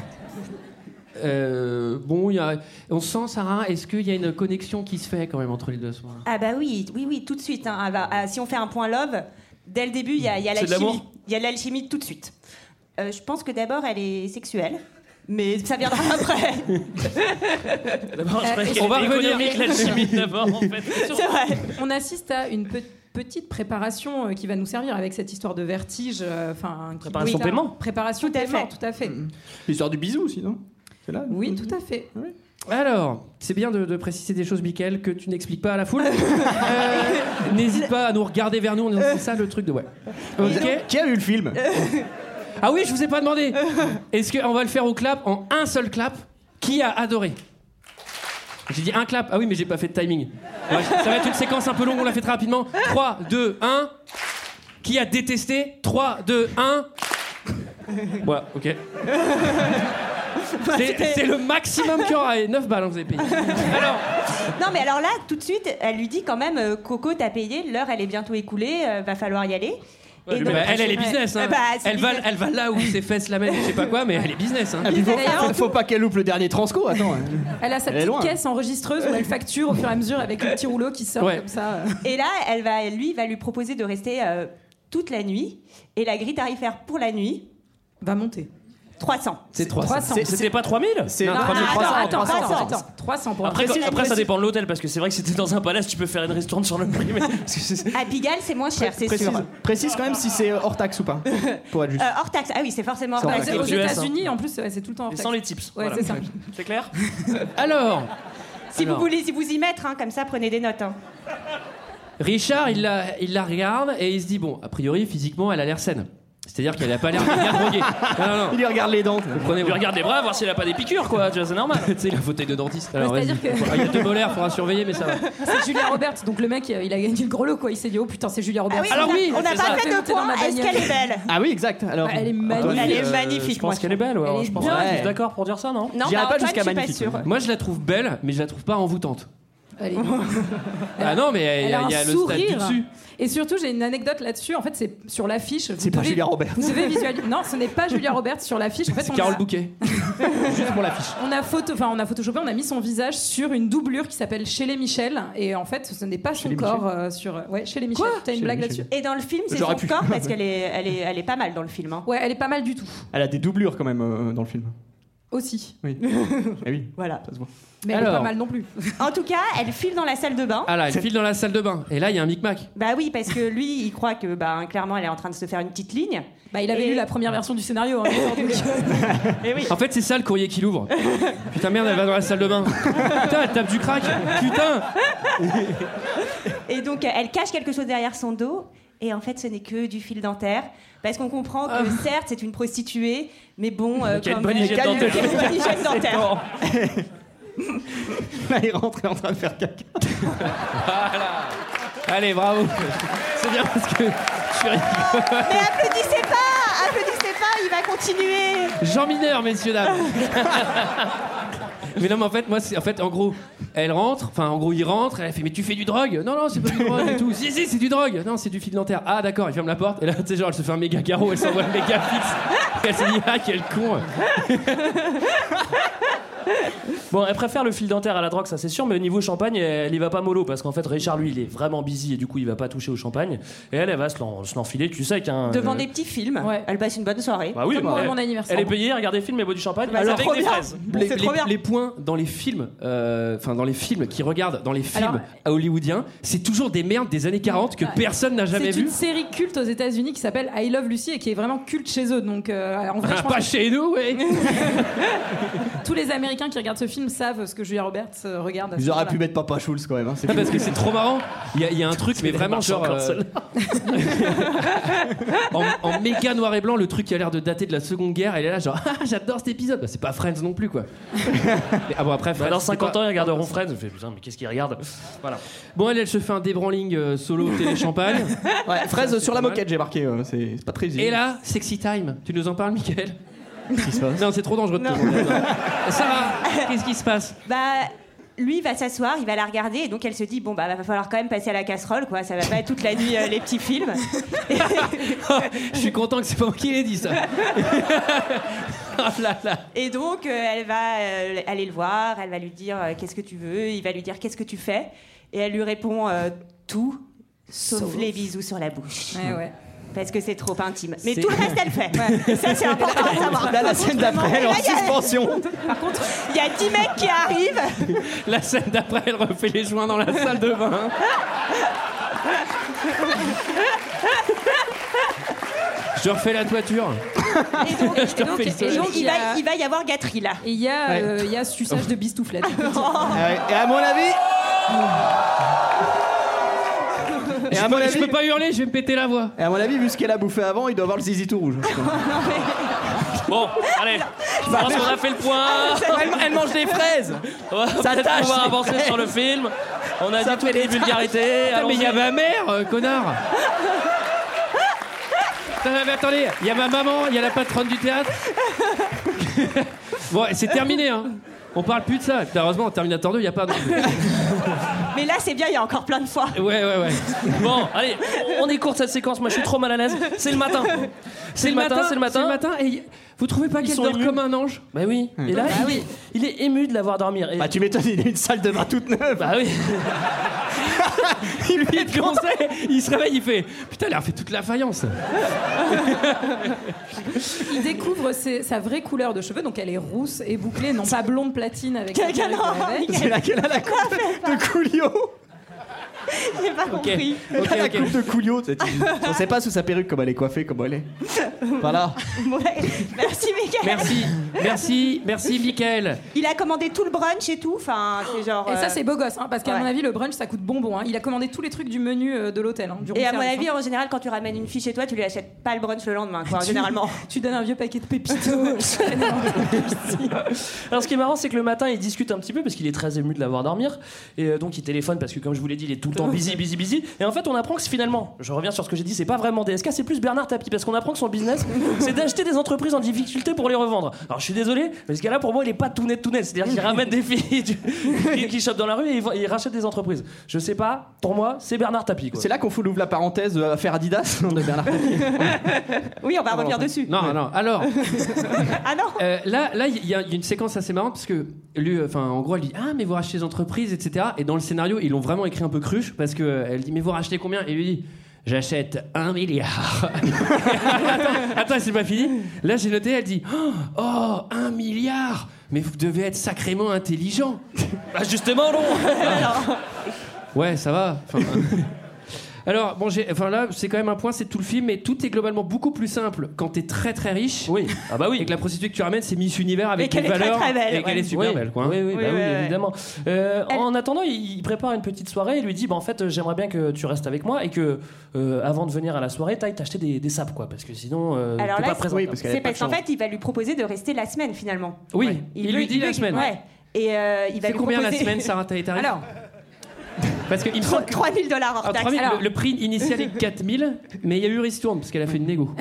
euh, bon, il y a- on sent, Sarah, est-ce qu'il y a une connexion qui se fait quand même entre les deux à ce moment-là Ah bah oui, oui, oui, tout de suite. hein. Ah bah, ah, si on fait un point love, dès le début, il y a, il y a C'est de l'alchimie. l'amour Il y a de l'alchimie tout de suite. Euh, je pense que d'abord, elle est sexuelle, mais ça viendra après. D'abord, je Euh, croyais et- qu'elle on va était revenir. économique, la chimie, d'abord, en fait. On assiste à une pe- petite préparation euh, qui va nous servir avec cette histoire de vertige. euh, Enfin, qui- Préparation Oui, paiement. Préparation tout paiement, tout à fait. Mm. L'histoire du bisou aussi, non C'est là Mm. Oui, tout à fait. Alors, c'est bien de, de préciser des choses, Michael, que tu n'expliques pas à la foule. Euh, N'hésite pas à nous regarder vers nous. on est- C'est ça le truc de ouais. Ok. Qui a vu le film Euh, Ah oui, je vous ai pas demandé. Est-ce qu'on va le faire au clap en un seul clap Qui a adoré J'ai dit un clap. Ah oui, mais j'ai pas fait de timing. Ouais, ça va être une séquence un peu longue. On la fait très rapidement. 3, 2, 1. Qui a détesté 3, 2, 1. Voilà, ok. C'est c'est le maximum qu'il y aura. Et 9 balles, hein, vous avez payé. Non, mais alors là, tout de suite, elle lui dit quand même euh, Coco, t'as payé, l'heure elle est bientôt écoulée, euh, va falloir y aller. Ouais, Et bah, donc- elle, elle est business. hein. Euh, bah, c'est elle, va, business. elle va là où ses fesses la mènent, je sais pas quoi, mais elle est business. Hein. Ah, puis faut, faut- faut pas qu'elle loupe le dernier transco, attends. hein. Elle a sa Elle est petite loin. caisse enregistreuse où elle facture au fur et à mesure avec le petit rouleau qui sort Ouais. comme ça. euh. Et là, elle va, lui va lui proposer de rester euh, toute la nuit. Et la grille tarifaire pour la nuit va monter. 300. C'est 300. C'était pas 3000 C'est Non, Ah, 300, attends, 300, attends, 300, attends, 300. attends. 300 pour Après, un précis. quand- après, ça dépend de l'hôtel, parce que c'est vrai que si t'es dans un palace, tu peux faire une restaurante sur le prix. mais- parce que c'est- À Pigalle, c'est moins cher, c'est Précise, sûr. précise quand même si c'est hors taxe ou pas. Pour être juste. Euh, hors taxe, ah oui, c'est forcément hors C'est hors taxe. taxe. Aux aux US, États-Unis, en plus, ouais, c'est tout le temps. Et sans les tips. Ouais, Voilà. c'est ça. C'est clair Alors, Si vous Alors. voulez vous y mettre, hein, comme ça, prenez des notes. hein. Richard, il la, il la regarde et il se dit bon, a priori, physiquement, elle a l'air saine. C'est-à-dire qu'elle a pas l'air bien droguée. Non, non, non. Il lui regarde les dents. Prenez Tu regardes les bras, voir si elle a pas des piqûres, quoi. Tu vois, C'est normal. Tu sais, il a fauteuil de dentiste. Alors, Ouais, vas-y. c'est-à-dire que- Ah, il y a deux molaires, faudra surveiller, mais ça va. C'est Julia Roberts, donc le mec, euh, il a gagné le gros lot, quoi. Il s'est dit, oh putain, c'est Julia Roberts. Ah oui, Alors on a- oui, on a c'est pas ça. fait de Dans points, ma est-ce bagnole. qu'elle est belle Ah oui, exact. Alors, Elle est Anthony, magnifique. Elle est euh, magnifique, Je moi, pense je qu'elle est belle. ouais, Elle est je pense bien. que je suis Ouais. d'accord pour dire ça, non Non, bah, J'irai pas Antoine, jusqu'à je suis pas magnifique. sûre. Moi, je la trouve belle, mais je la trouve pas envoûtante. Elle est- Ah non, mais il y Elle a, a il y a un le stade du sourire. dessus. Et surtout, j'ai une anecdote là-dessus. En fait, c'est sur l'affiche. vous C'est pas devez- Julia Roberts. Vous devez visualiser. Non, ce n'est pas Julia Roberts sur l'affiche. En fait, C'est on Carole a- Bouquet. Juste pour l'affiche. On a, photo, enfin, on a photoshopé, on a mis son visage sur une doublure qui s'appelle Shelley Michel. Et en fait, ce n'est pas son Shelley corps euh, sur. Ouais, Shelley Michel. T'as une Shelley blague Michel. là-dessus Et dans le film, c'est son J'aurais pu. corps, parce qu'elle est, elle est, elle est pas mal dans le film. hein. Ouais, elle est pas mal du tout. Elle a des doublures quand même euh, dans le film. Aussi. Oui. Eh oui, Voilà. ça se voit. Mais elle est Alors. pas mal non plus. En tout cas, elle file dans la salle de bain. Ah là, elle file dans la salle de bain. Et là, il y a un micmac. Bah oui, parce que lui, il croit que bah, clairement, elle est en train de se faire une petite ligne. Bah, il avait Et- lu la première version du scénario. hein, donc, euh, En fait, c'est ça le courrier qui l'ouvre. Putain, merde, elle va dans la salle de bain. Putain, elle tape du crack. Putain. Et donc, euh, elle cache quelque chose derrière son dos. Et en fait, ce n'est que du fil dentaire. Parce qu'on comprend que certes, c'est une prostituée, mais bon. euh, Quelle quand bonne même- hygiène dentaire. Quelle bonne hygiène dentaire. Bon. Là, il rentre, il est en train de faire caca. Allez, bravo. C'est bien parce que je suis ridicule. Mais applaudissez Ah, pas Applaudissez pas, il va continuer Jean Mineur, messieurs dames. mais non, mais en fait, moi, c'est en fait, en gros, elle rentre. Enfin, en gros, il rentre. Elle fait, mais tu fais du drogue Non, non, c'est pas du drogue et tout. Si, si, c'est du drogue. Non, c'est du fil dentaire. Ah, d'accord. Il ferme la porte. Et là, tu sais, genre, elle se fait un méga carreau. Elle s'envoie le méga fixe. Et elle se dit, ah, quel con. Bon, elle préfère le fil dentaire à la drogue, ça c'est sûr, mais au niveau champagne, elle y va pas mollo parce qu'en fait, Richard, lui, il est vraiment busy et du coup, il va pas toucher au champagne. Et elle, elle va se l'en- se l'enfiler, tu sais, qu'un. Devant des petits films, Ouais. elle passe une bonne soirée. Bah oui, Comme pour elle, mon anniversaire. Elle est payée, regarder des films et boit du champagne Bah, alors c'est avec trop des bien. fraises. les, C'est les- trop bien. les points dans les films, euh, enfin dans les films qui regardent, dans les films Alors- à hollywoodiens, c'est toujours des merdes des années 40 que personne n'a jamais C'est vu. une série culte aux États-Unis qui s'appelle I Love Lucy et qui est vraiment culte chez eux. Donc, euh, en vrai, Ah, je pense pas chez nous, ouais. que tous les Américains qui regardent ce film films savent ce que Julia Roberts euh, regarde. à ce Ils auraient moment-là. pu mettre Papa Schulz quand même. hein, c'est Ah, parce cool. que c'est trop marrant. Il y, a- il y a un truc, mais vraiment marche genre. encore, euh, en, en méga noir et blanc, le truc qui a l'air de dater de la Seconde Guerre, elle est là, genre, ah, j'adore cet épisode. Bah, c'est pas Friends non plus, quoi. Mais- ah bon, après, Friends. Bah, dans c'est 50 pas- ans, ils regarderont Friends. Je fais, putain, mais qu'est-ce qu'ils regardent Voilà. Bon, elle, elle se fait un débranling euh, solo télé-champagne. Ouais, fraise sur la moquette, j'ai marqué. euh, C'est c'est pas très Et là, Sexy Time. Tu nous en parles, Michael Qu'est-ce qui se passe Non, c'est trop dangereux de te demander. Sarah, qu'est-ce qui se passe Bah, lui va s'asseoir, il va la regarder, et donc elle se dit bon bah va falloir quand même passer à la casserole, quoi. Ça va pas être toute la nuit euh, les petits films. Je suis content que c'est pas moi qui l'ai dit ça. Ah Et donc, euh, elle va euh, aller le voir, elle va lui dire euh, qu'est-ce que tu veux, il va lui dire qu'est-ce que tu fais, et elle lui répond euh, tout, sauf, Sauf. les bisous sur la bouche. Ouais, ouais. Parce que c'est trop intime. Mais C'est- tout le reste, elle fait. Et Ça, c'est important à savoir. Là, la scène d'après, elle est en suspension. Par contre, il y a 10 mecs qui arrivent. La scène d'après, elle refait les joints dans la salle de bain. Je refais la toiture. Et donc, refais le et sol. donc, Il va, il va y avoir gâterie là. Et il y a, Ouais. euh, il y a suçage de bistouflette. Oh. Ah Et à mon avis. Et à mon avis. Je peux pas hurler, je vais me péter la voix. Et à mon avis, vu ce qu'elle a bouffé avant, il doit avoir le zizi tout Ah rouge. Bon, allez, je pense qu'on a fait le point. Ah, elle, elle mange des fraises On va Ça peut-être tâche, pouvoir c'est avancer vrai. sur le film. On a Ça dit toutes fait les des vulgarités. Putain, mais il y a allons-y. ma mère, euh, connard Putain, mais attendez, il y a ma maman, il y a la patronne du théâtre. bon, c'est terminé, hein. On parle plus de ça. Putain, Heureusement, en Terminator 2, il n'y a pas. non plus. Mais là, c'est bien, il y a encore plein de fois. Ouais, ouais, ouais. Bon, allez, on est court cette séquence. Moi, je suis trop mal à l'aise. C'est le matin. C'est le matin, c'est le matin. C'est le matin. Et y- vous trouvez pas Ils qu'elle sont dort émus. comme un ange Bah oui. Et là, il, est- il est ému de l'avoir dormir. Et- Hmm. Bah, tu m'étonnes, il a une salle de bain toute neuve. Bah oui. Il lui Il conseille, il se réveille, il fait Putain, elle a refait toute la faïence. Il découvre ses- sa vraie couleur de cheveux, donc elle est rousse et bouclée, non pas blonde platine avec la Quel couleur qu'elle horreur, avait. C'est laquelle a la coupe de Coolio J'ai pas compris. Ok, Elle a la ok. coupe de Coolio. t'sais, tu- On sait pas sous sa perruque comment elle est coiffée, comment elle est. Voilà. Ouais. Merci, Mickaël. Merci, merci, merci, Michael. Il a commandé tout le brunch et tout. Enfin, c'est genre. Et euh, ça c'est beau gosse, hein, parce qu'à Ouais. mon avis le brunch ça coûte bonbon. hein. Il a commandé tous les trucs du menu euh, de l'hôtel. hein, du room Et à mon service, avis, hein. en général, quand tu ramènes une fille chez toi, tu lui achètes pas le brunch le lendemain, quoi, généralement. hein. tu donnes un vieux paquet de pépitos. Alors, ce qui est marrant, c'est que le matin, il discute un petit peu parce qu'il est très ému de l'avoir dormir. Et euh, donc, il téléphone parce que, comme je vous l'ai dit, il est tout le temps busy, busy, busy. Et en fait, on apprend que finalement, je reviens sur ce que j'ai dit, c'est pas vraiment DSK, c'est plus Bernard Tapie parce qu'on apprend que son business, c'est d'acheter des entreprises en difficulté pour les revendre. Alors, je suis désolé, mais ce gars-là, pour moi, il est pas tout net, tout net. C'est-à-dire qu'il ramène des filles du- qui, qui chopent dans la rue et il, va- il rachète des entreprises. Je sais pas, pour moi, c'est Bernard Tapie. Quoi. C'est là qu'on fout- ouvre la parenthèse euh, affaire Adidas de Bernard Tapie. Euh, Oui, on va revenir dessus. Non, non, alors, Ah non euh, là, là, il y, a il y a une séquence assez marrante parce que lui, euh, enfin, en gros, elle dit Ah, mais vous rachetez des entreprises, etc. Et dans le scénario, ils l'ont vraiment écrit un peu cruche parce que euh, elle dit Mais vous rachetez combien Et lui dit J'achète un milliard. attends, attends, c'est pas fini. Là, j'ai noté, elle dit Oh, un milliard Mais vous devez être sacrément intelligent. Ah, justement, non Ouais, ça va. Enfin, euh, Alors, bon, j'ai- enfin, là, c'est quand même un point, c'est tout le film, mais tout est globalement beaucoup plus simple quand t'es très très riche. Oui. Ah, bah oui. Et que la prostituée que tu ramènes, c'est Miss Univers Et avec qu'elle une est très, valeur. très belle, et qu'elle ouais. est super Oui. belle, quoi. hein. Oui, oui, bah Oui, oui, oui, oui. évidemment. Euh, En attendant, il, il prépare une petite soirée et lui dit bah, En fait, euh, j'aimerais bien que tu restes avec moi et que, euh, avant de venir à la soirée, t'ailles t'acheter des, des sapes, quoi. Parce que sinon, euh, t'es Alors là, pas c'est- présent. oui, parce qu'elle C'est a pas parce de qu'en chambre. fait, il va lui proposer de rester la semaine finalement. Oui, Ouais. il, veut- lui dit veut- la semaine. Ouais. Et euh, il va C'est lui combien proposer- la semaine, Sarah T'as les tarifs Alors, Parce que il me Tro- semble que- 3 000 dollars hors Ah, taxe. 3000, Alors, le, le prix initial est 4000, mais il y a eu ristourne parce qu'elle a fait une négo.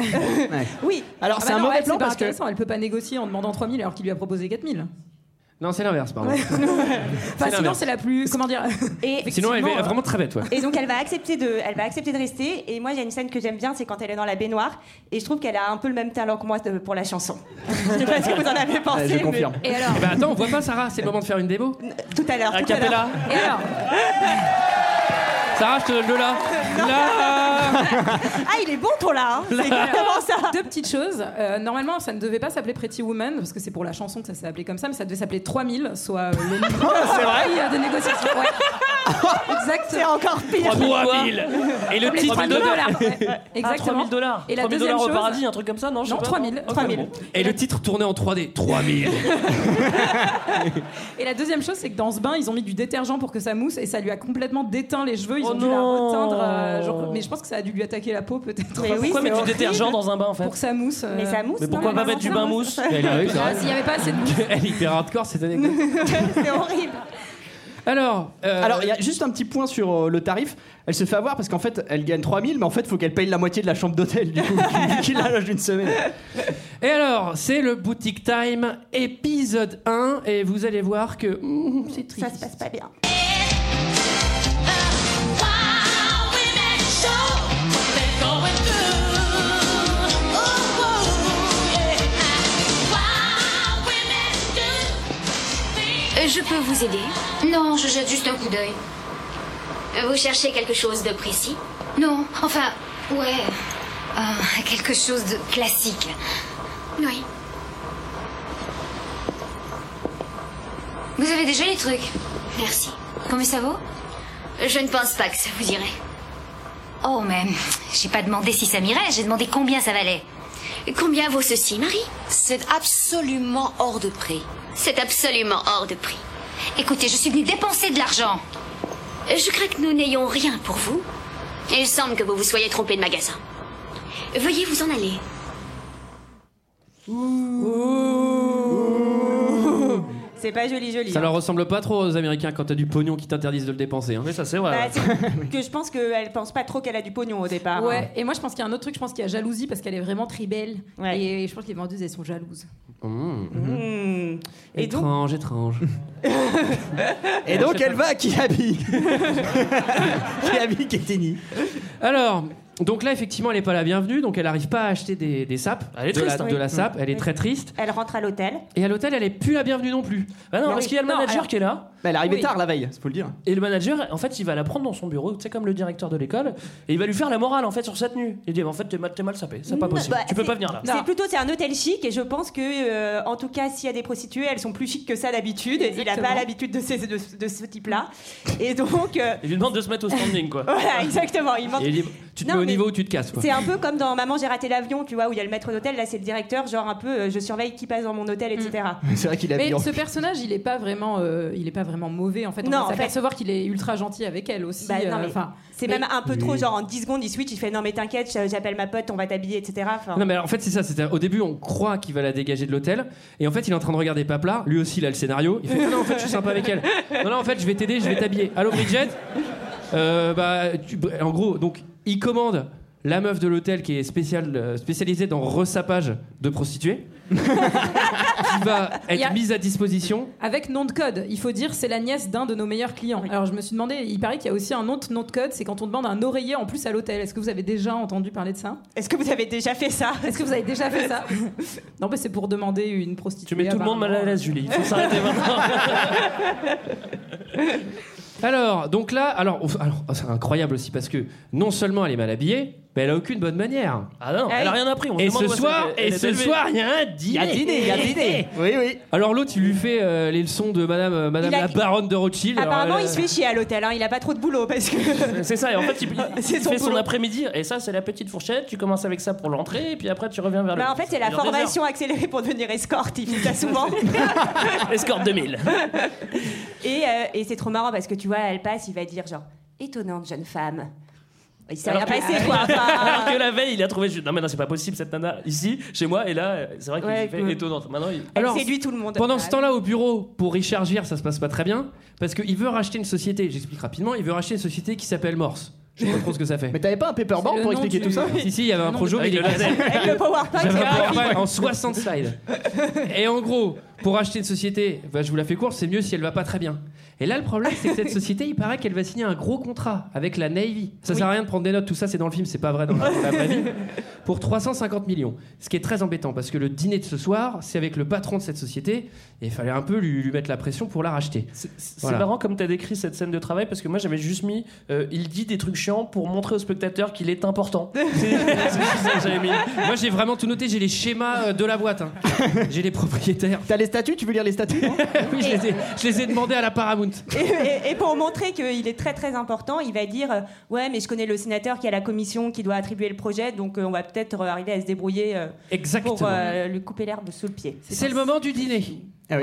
oui, Alors, ah c'est bah un non, mauvais elle, plan c'est pas parce que. intéressant, elle peut pas négocier en demandant 3000 alors qu'il lui a proposé 4000. Non, c'est l'inverse, pardon. Enfin, sinon l'inverse. c'est la plus comment dire et, Sinon, elle est Effectivement, vraiment très bête, ouais. et donc elle va, accepter de, elle va accepter de rester. Et moi, il y a une scène que j'aime bien, c'est quand elle est dans la baignoire. Et je trouve qu'elle a un peu le même talent que moi de- pour la chanson. je sais pas si vous en avez pensé. Ouais, je mais- euh, confirme. Et alors Eh ben, attends, on voit pas Sarah, c'est le moment de faire une démo. Tout à l'heure. A tout à l'heure. cappella. Et alors Sarah, je te donne le là. Là Ah, il est bon ton là. hein. C'est exactement ça. Deux petites choses. Euh, normalement, ça ne devait pas s'appeler Pretty Woman, parce que c'est pour la chanson que ça s'est appelé comme ça, mais ça devait s'appeler 3000, soit euh, le prix euh, des négociations. Ouais. Exact. C'est encore pire. 3000 Et le titre de dollars. Exactement. 3000 dollars. Et la 3000 deuxième dollars au chose- paradis, un truc comme ça, non je sais Non, pas. 3000. Ok, bon. Et le titre tourné en 3D 3000 Et la deuxième chose, c'est que dans ce bain, ils ont mis du détergent pour que ça mousse et ça lui a complètement déteint les cheveux. Ils Oh ont dû la non. reteindre. euh, genre- mais je pense que ça a dû lui attaquer la peau peut-être. Mais oui, Pourquoi c'est mettre du horrible. détergent dans un bain, en fait Pour que ça mousse. euh. Mais ça mousse, Mais pourquoi mais pas vraiment, mettre du ça bain mousse. mousse Elle a raison. Ah, S'il n'y avait pas assez de mousse. Elle est hyper hardcore cette anecdote. c'est horrible. Alors, euh, Alors, il y a juste un petit point sur euh, le tarif. Elle se fait avoir parce qu'en fait, elle gagne 3000, mais en fait, faut qu'elle paye la moitié de la chambre d'hôtel, du coup, qui- qui la loge d'une semaine. Et alors, c'est le Boutique Time épisode 1 et vous allez voir que mm, c'est triste. Ça se passe pas bien. Euh, Je peux vous aider Non, je jette juste un coup d'œil. Vous cherchez quelque chose de précis Non, enfin, ouais, euh, quelque chose de classique. Oui. Vous avez déjà les trucs Merci. Combien ça vaut Euh, Je ne pense pas que ça vous irait. Oh, mais j'ai pas demandé si ça m'irait, j'ai demandé combien ça valait. Combien vaut ceci, Marie C'est absolument hors de prix. C'est absolument hors de prix. Écoutez, je suis venue dépenser de l'argent. Je crains que nous n'ayons rien pour vous. Il semble que vous vous soyez trompé de magasin. Veuillez vous en aller. C'est pas joli, joli. Ça hein. leur ressemble pas trop aux Américains quand t'as du pognon qui t'interdisent de le dépenser. hein. Mais ça c'est Bah, c'est que je pense qu'elle pense pas trop qu'elle a du pognon au départ. Ouais, et moi je pense qu'il y a un autre truc, je pense qu'il y a jalousie parce qu'elle est vraiment très belle. Et je pense que les vendeuses elles sont jalouses. Mmh. Et donc, Étrange, étrange. Et donc, elle va à Kiabi. Kiabi Keteni. Alors, donc là effectivement elle est pas la bienvenue, donc elle arrive pas à acheter des, des sapes. Elle est de triste, la, hein. de la sape, Oui. elle est Oui. très triste. elle rentre à l'hôtel. Et à l'hôtel elle est plus la bienvenue non plus. Bah non, Non, parce oui. qu'il y a le Non, manager alors- qui est là. Mais Bah, elle est arrivée Oui. tard la veille, faut le dire. Et le manager, en fait, il va la prendre dans son bureau, tu sais, comme le directeur de l'école, et il va lui faire la morale, en fait, sur sa tenue. Il dit, bah, en fait, t'es mal, t'es mal sapé, c'est pas Mm. Non, possible. bah, tu peux c'est- pas venir là. C'est plutôt c'est un hôtel chic et je pense que euh, en tout cas s'il y a des prostituées elles sont plus chic que ça d'habitude. Il a pas Exactement. l'habitude de, ces- de- de ce type là et donc euh, Il lui demande de se mettre au standing, quoi. voilà exactement. Il manque- Et elle dit, tu te Non, mets au mais- niveau où tu te casses. Quoi. C'est un peu comme dans Maman j'ai raté l'avion tu vois où il y a le maître d'hôtel là c'est le directeur genre un peu euh, je surveille qui passe dans mon hôtel etc. Mm. C'est vrai qu'il a Mais bien. ce personnage, il est pas vraiment, euh, il est pas vraiment mauvais en fait. Non, On va en fait- s'apercevoir qu'il est ultra gentil avec elle aussi. Bah, non, euh, mais enfin, c'est mais- même un peu trop genre en 10 secondes il switch il fait non mais t'inquiète j'appelle ma pote on va t'habiller etc. Enfin, Non mais alors, en fait c'est ça, c'est au début on croit qu'il va la dégager de l'hôtel et en fait il est en train de regarder Paplar, lui aussi il a le scénario, il fait non, non en fait je suis sympa avec elle, non non en fait je vais t'aider, je vais t'habiller, allô Bridget, Euh, bah tu- en gros donc il commande la meuf de l'hôtel qui est spéciale, euh, spécialisée dans ressapage de prostituées, qui va Il y a- être mise à disposition Avec nom de code, il faut dire c'est la nièce d'un de nos meilleurs clients. Alors je me suis demandé, il paraît qu'il y a aussi un autre nom de code, c'est quand on demande un oreiller en plus à l'hôtel. Est-ce que vous avez déjà entendu parler de ça Est-ce que vous avez déjà fait ça Est-ce que vous avez déjà fait ça Non, mais c'est pour demander une prostituée. Tu mets tout le monde mal à l'aise, Julie. Il faut s'arrêter maintenant. Alors, donc là, alors, alors, c'est incroyable aussi parce que non seulement elle est mal habillée, mais elle a aucune bonne manière. Ah non, elle a rien appris. On se et demande ce où elle soir, s'est- elle et est ce élevée. soir, il y a un dîner. Eh, Oui, oui. Alors l'autre, il lui fait euh, les leçons de Madame, euh, Madame Il a- la Baronne de Rothschild. Alors, euh, Apparemment, elle- il se fait chier à l'hôtel, hein. il a pas trop de boulot parce que. C'est ça, et en euh, fait, il, il C'est son fait son boulot. après-midi, et ça, c'est la petite fourchette. Tu commences avec ça pour l'entrée, et puis après, tu reviens vers le. Bah, en fait, c'est la Il y a des formation accélérée pour devenir escorte, il fait ça souvent. heures. Escorte 2000. et euh, et c'est trop marrant parce que tu vois, elle passe, il va dire genre étonnante jeune femme. Il s'est Alors rien que- passé quoi. Alors enfin, que la veille, il a trouvé. Non, mais non, c'est pas possible, cette nana, ici, chez moi, et là, c'est vrai qu'il Ouais, fait que- étonnante. Maintenant, il. Elle Alors, séduit tout le monde. Pendant ce temps-là, au bureau, pour Richard Gere, ça se passe pas très bien parce qu'il veut racheter une société. J'explique rapidement. Il veut racheter une société qui s'appelle Morse. Je sais pas trop ce que ça fait. Mais t'avais pas un paperboard pour expliquer tout ça Si, si, il y avait un nom projo, du- mais il est Avec le cassé. Avec le PowerPoint, J'avais c'est un grave. PowerPoint en 60 slides. Et en gros, pour acheter une société, bah, je vous la fais courte, c'est mieux si elle va pas très bien. Et là, le problème, c'est que cette société, il paraît qu'elle va signer un gros contrat avec la Navy. Ça sert à rien de prendre des notes, tout ça, c'est dans le film, c'est pas vrai dans la, dans la vraie vie. Pour 350 millions. Ce qui est très embêtant parce que le dîner de ce soir, c'est avec le patron de cette société et il fallait un peu lui, lui mettre la pression pour la racheter. C'est c'est Voilà. marrant comme t'as décrit cette scène de travail parce que moi j'avais juste mis euh, il dit des trucs chiants pour montrer au spectateur qu'il est important. C'est- c'est juste ça que j'avais mis. Moi, j'ai vraiment tout noté, j'ai les schémas euh, de la boîte. hein. J'ai les propriétaires. T'as les statuts Tu veux lire les statuts non Oui, je les ai, je les ai demandés à la Paramount. Paramount. Et, et- et pour montrer qu'il est très très important, il va dire euh, Ouais, mais je connais le sénateur qui a la commission qui doit attribuer le projet, donc euh, on va peut-être euh, arriver à se débrouiller euh, Exactement. pour euh, lui couper l'herbe sous le pied. C'est le moment du dîner. Ah, oui.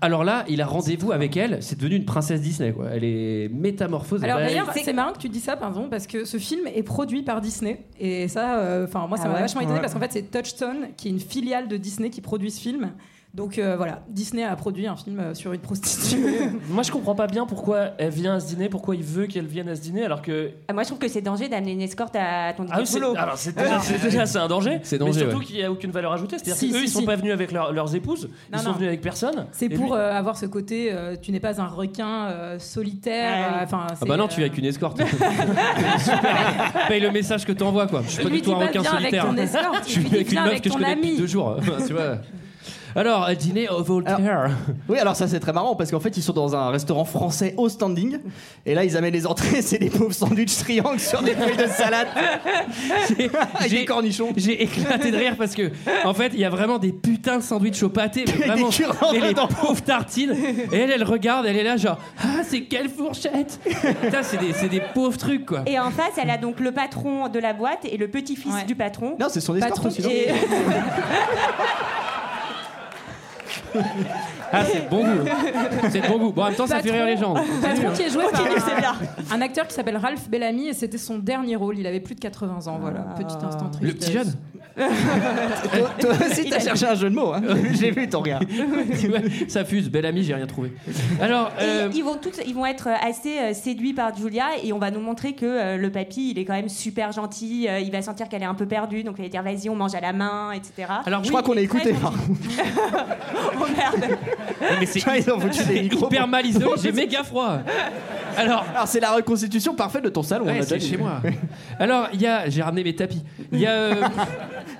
Alors là, il a rendez-vous avec elle. C'est devenu une princesse Disney. Quoi. Elle est métamorphose. Alors Elle- d'ailleurs, c'est marrant que tu dis ça, pardon, parce que ce film est produit par Disney. Et ça, euh, enfin, moi, ça Ah m'a ouais vachement étonné Ouais. parce qu'en fait, c'est Touchstone, qui est une filiale de Disney, qui produit ce film. Donc euh, voilà, Disney a produit un film euh, sur une prostituée. Moi, je comprends pas bien pourquoi elle vient à ce dîner, pourquoi il veut qu'elle vienne à ce dîner, alors que. Ah, moi, je trouve que c'est danger d'amener une escorte à ton Ah oui, c'est- boulot. alors c'est déjà, c'est déjà- c'est un danger. C'est Mais danger, surtout ouais. qu'il n'y a aucune valeur ajoutée. C'est-à-dire Si, qu'eux, si, ils sont si. pas venus avec leur- leurs épouses, ils Non, sont non. venus avec personne. C'est Et pour lui- euh, avoir ce côté, euh, tu n'es pas un requin euh, solitaire. euh, Enfin, Ah c'est, bah non, euh, tu es avec une escorte. Super. Paye le message que t'envoies quoi. Je suis pas du Lui tout dis un pas requin viens avec solitaire. ton escorte, Je suis lui dis avec une viens meuf avec que je ton connais depuis ami. deux jours. tu vois. Alors, un dîner au Voltaire. Oui, alors ça c'est très marrant parce qu'en fait ils sont dans un restaurant français au standing et là ils amènent les entrées, c'est des pauvres sandwichs triangles sur des feuilles de salade. J'ai- J'ai éclaté de rire parce que, en fait, il y a vraiment des putains de sandwichs au pâté, mais Avec vraiment, des curants et les dedans. pauvres tartines. Et elle, elle regarde, elle est là, genre, ah, c'est quelle fourchette Putain, c'est des, c'est des pauvres trucs, quoi. Et en face, elle a donc le patron de la boîte et le petit-fils du patron. Non, c'est son escorte Patron aussi, non Et- Ah, c'est de bon goût. C'est de bon goût. Bon, en même temps, ça fait rire les gens. hein. Patron qui est joué par un, un acteur qui s'appelle Ralph Bellamy et c'était son dernier rôle. Il avait plus de 80 ans, voilà. Ah. Petit instant triste. Le petit jeune toi, toi aussi t'as cherché un jeu de mots, hein. j'ai vu ton regard. Ouais, ça fuse, belle amie, j'ai rien trouvé. Alors, Et euh, ils, vont toutes, ils vont être assez euh, séduits par Julia et on va nous montrer que euh, le papy, il est quand même super gentil. euh, il va sentir qu'elle est un peu perdue, donc il va dire vas-y, on mange à la main, etc. je crois qu'on a écouté. par contre. Oh merde mais c'est Tiens, ils ont foutu des micros. hyper mal isolé, j'ai méga froid. Alors, c'est la reconstitution parfaite de ton salon. Ouais, on a c'est déjà dit. chez moi. Alors, il y a, j'ai ramené mes tapis. Il y a, euh,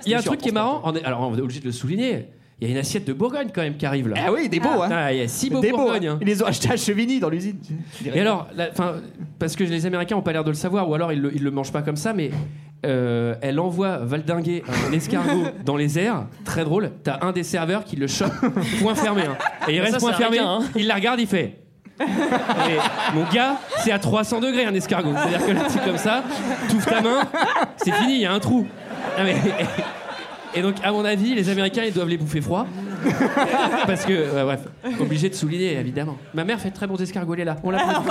il y a un C'était truc qui est marrant. On est- alors, on est obligé de le souligner. Il y a une assiette de Bourgogne quand même qui arrive là. Ah oui, des beaux, hein. Putain, Il y a six beaux Des beaux, Bourgognes. hein. hein. Ils les ont achetés à Chevigny dans l'usine. Et alors, la- enfin, parce que les Américains ont pas l'air de le savoir, ou alors ils le, ils le mangent pas comme ça, mais euh, elle envoie valdinguer un escargot dans les airs, très drôle. T'as un des serveurs qui le chope, point fermé. hein. Et il Ça, reste c'est point un fermé. requin, hein. Il la regarde, il fait. Et mon gars, c'est à 300 degrés un escargot. C'est-à-dire que là, tu es comme ça, t'ouvres ta main, c'est fini, il y a un trou. Non, mais- et donc, à mon avis, les Américains, ils doivent les bouffer froid. Parce que, ouais, bref, obligé de souligner, évidemment. Ma mère fait de très bons escargots, elle est là. On l'applaudit.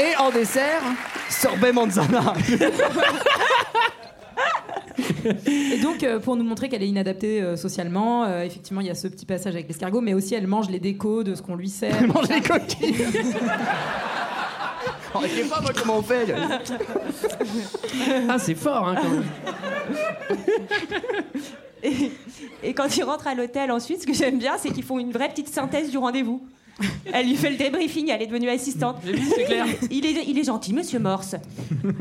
Et en dessert, sorbet manzana. Et donc, euh, pour nous montrer qu'elle est inadaptée euh, socialement, euh, effectivement, il y a ce petit passage avec l'escargot, mais aussi elle mange les décos de ce qu'on lui sert. Elle mange les coquilles Oh, je sais pas moi comment on fait. Ah, c'est fort, hein, quand même. et, et quand ils rentrent à l'hôtel ensuite, ce que j'aime bien, c'est qu'ils font une vraie petite synthèse du rendez-vous. Elle lui fait le débriefing, elle est devenue assistante. c'est clair. Il est, il est gentil, monsieur Morse.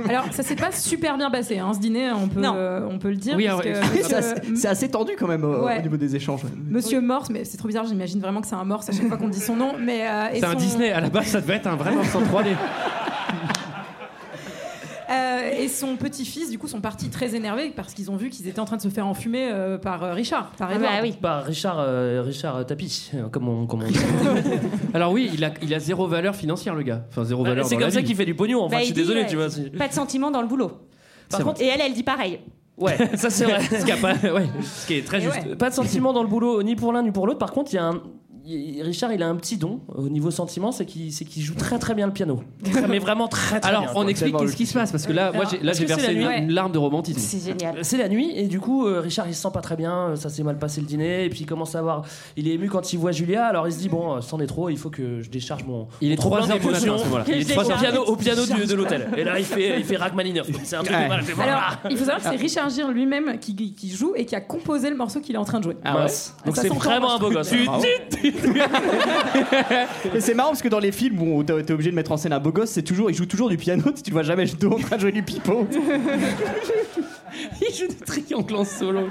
Alors, ça s'est pas super bien passé, hein, ce dîner, on peut, euh, on peut le dire. Oui, parce alors, que- euh, c'est assez- c'est assez tendu quand même euh, Ouais. au niveau des échanges. Monsieur Morse, mais c'est trop bizarre, j'imagine vraiment que c'est un Morse à chaque fois qu'on dit son nom. Mais, euh, et C'est un son- Disney, à la base, ça devait être un vrai morceau en 3D. Euh, et son petit-fils, du coup, sont partis très énervés parce qu'ils ont vu qu'ils étaient en train de se faire enfumer euh, par euh, Richard, par Edward. Ah Bah, Richard, euh, Richard euh, Tapie, euh, comme on, comme on dit. Alors, oui, il a, il a zéro valeur financière, le gars. Enfin, zéro Bah, valeur. c'est dans comme la ça vie. qu'il fait du pognon, enfin, Bah, je il suis dit, désolé, ouais, tu vois. c'est- Pas de sentiment dans le boulot. C'est Par contre, et elle, elle dit pareil. Ouais, ça c'est vrai. Ce qui a pas- ouais, ce qui est très Et juste. ouais. Pas de sentiment dans le boulot, ni pour l'un ni pour l'autre. Par contre, il y a un. il- Richard, il a un petit don au niveau sentiment, c'est qu'il c'est qu'il joue très très bien le piano. Très- mais vraiment très très Alors, bien. on explique qu'est-ce qui se passe, parce que là, moi, j'ai- là, j'ai versé une, une larme de romantisme. génial. Euh, C'est la nuit et du coup euh, Richard il se sent pas très bien, euh, ça s'est mal passé le dîner et puis il commence à avoir, il est ému quand il voit Julia, alors il se dit bon euh, c'en est trop, il faut que je décharge mon Il est trop 3 heures du matin, à ce moment-là. Il Il est est trois au heures. piano, au piano du- de l'hôtel. Et là il fait il fait Rachmaninoff. C'est un truc Ouais. de malade, il fait, voilà. Alors, il faut savoir que c'est Richard Gere lui-même qui, qui joue et qui a composé le morceau qu'il est en train de jouer. Ah ouais Mince. Donc Ça c'est s'entend, vraiment moi, un beau je gosse. hein. trouve. Bravo. Mais c'est marrant parce que dans les films où t'es t'es obligé de mettre en scène un beau gosse, c'est toujours, il joue toujours du piano, tu le vois jamais le dos en train de jouer du pipeau. Il joue du triangle en solo.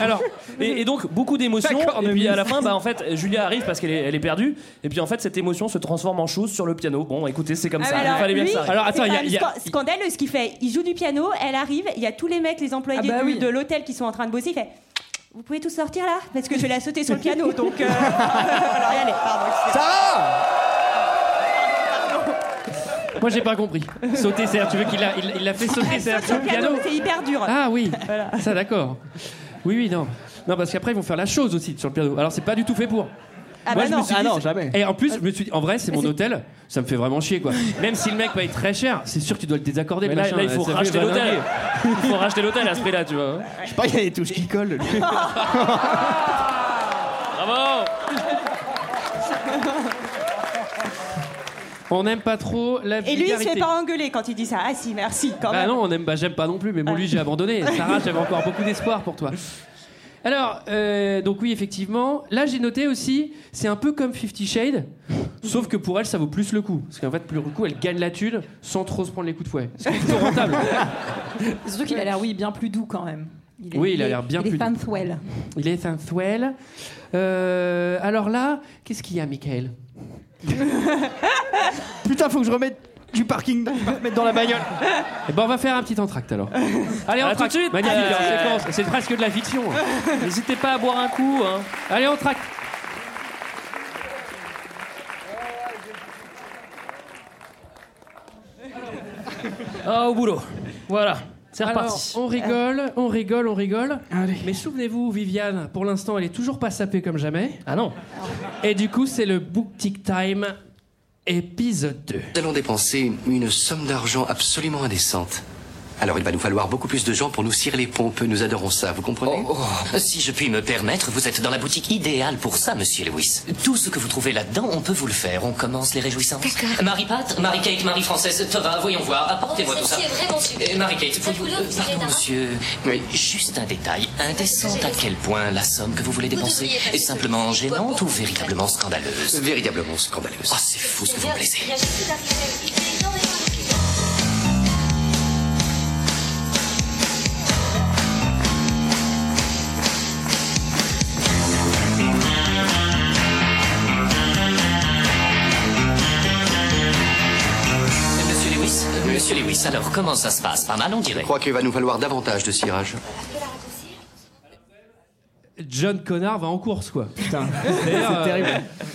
Alors, Ah et, et donc beaucoup d'émotions. D'accord, Et mais puis oui. à la fin, bah, en fait, Julia arrive parce qu'elle est, elle est perdue. Et puis en fait, cette émotion se transforme en chose sur le piano. oh, Bon, écoutez, c'est comme Ah, ça. mais il fallait bien lui, que ça. arrive. c'est pas le sca- scandaleux ce qu'il fait. Il joue du piano, elle arrive, il y a tous les mecs, les employés Ah bah du- oui. de l'hôtel qui sont en train de bosser. Il fait Vous pouvez tous sortir là Parce que je vais la sauter sur le piano, donc. euh, Alors, y aller, pardon. Moi j'ai pas compris. Sauter, cest tu veux qu'il l'a il, il l'a fait sauter, Elle saute cest sur le piano, Ah, c'est hyper dur. Ah oui, ça d'accord. Oui, oui, non. Non, parce qu'après ils vont faire la chose aussi sur le piano. Alors c'est pas du tout fait pour. Ah Moi, bah je me non. suis Ah dit, non, c'est- jamais. Et en plus, je me suis dit, en vrai, c'est mon hôtel, ça me fait vraiment chier quoi. Même si le mec paye très cher, c'est sûr que tu dois le désaccorder. Mais le là, machin, là, il faut ça fait racheter l'hôtel. valoir. Il faut racheter l'hôtel à ce prix-là, tu vois. Je sais pas, il y a des touches qui collent. Bravo On n'aime pas trop la Et lui, il se vulgarité. fait pas engueuler quand il dit ça. Ah si, merci quand Bah même. non, on aime, bah, j'aime pas non plus, mais bon, lui, j'ai abandonné. Sarah, j'avais encore beaucoup d'espoir pour toi. Alors, euh, donc oui, effectivement. Là, j'ai noté aussi, c'est un peu comme Fifty Shades, sauf que pour elle, ça vaut plus le coup. Parce qu'en fait, plus le coup, elle gagne la thune sans trop se prendre les coups de fouet. C'est plutôt rentable. Surtout qu'il a l'air, oui, bien plus doux quand même. est- Oui, il a est- l'air bien il plus est doux. Fanthwell. Il est un swell. Euh, alors là, qu'est-ce qu'il y a, Michael Putain, faut que je remette du parking, mettre dans la bagnole. Eh ben, on va faire un petit entracte alors. Allez, À on tout de suite. Magnifique, Euh, hein, séquence. c'est presque de la fiction. hein. N'hésitez pas à boire un coup. hein. Allez, on tracte. Ah, au boulot. Voilà, c'est Alors, reparti. On rigole, on rigole, on rigole. Mais souvenez-vous, Viviane, pour l'instant, elle est toujours pas sapée comme jamais. Ah non. Et du coup, c'est le Booktick Time épisode 2. Nous allons dépenser une somme d'argent absolument indécente. Alors il va nous falloir beaucoup plus de gens pour nous cirer les pompes. Nous adorons ça, vous comprenez Si je puis me permettre, vous êtes dans la boutique idéale pour ça, monsieur Lewis. Tout ce que vous trouvez là-dedans, on peut vous le faire. On commence les réjouissances. Marie-Pat, Marie-Kate, Marie-Française, Thomas, voyons voir, apportez-moi tout ça. Ceci est vraiment super. Euh, Marie-Kate, Ça vous- vous donne, pardon, Cyril, monsieur, mais juste un détail. Indécent à quel point la somme que vous voulez Vous dépenser devriez passer est simplement gênante ou véritablement scandaleuse Véritablement scandaleuse. Ah, c'est fou ce que vous me plaisez. Monsieur Lewis, euh, Monsieur Lewis, alors comment ça se passe Pas mal, on dirait. Je crois qu'il va nous falloir davantage de cirage. John Connard va en course, quoi. Putain, D'ailleurs,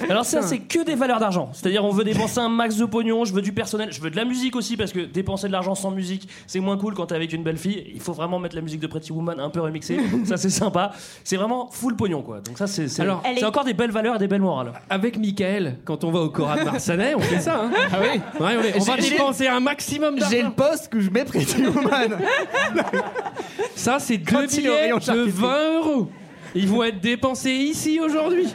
euh, Alors ça, c'est que des valeurs d'argent. C'est-à-dire, on veut dépenser un max de pognon, je veux du personnel, je veux de la musique aussi, parce que dépenser de l'argent sans musique, c'est moins cool quand t'es avec une belle fille. Il faut vraiment mettre la musique de Pretty Woman un peu remixée. ça, c'est sympa. C'est vraiment full pognon, quoi. Donc ça, c'est c'est- Alors, c'est Elle est- encore des belles valeurs et des belles morales. Avec Michael, quand on va au Cora de Marsanet, on fait ça. Hein. Ah oui Ouais, ouais, on va J'ai- j'ai- dépenser un maximum d'argent. J'ai le poste que je mets Pretty Woman. Ça, c'est Quand deux il est au billets rayon de charcuterie. 20 euros. Ils vont être dépensés ici aujourd'hui.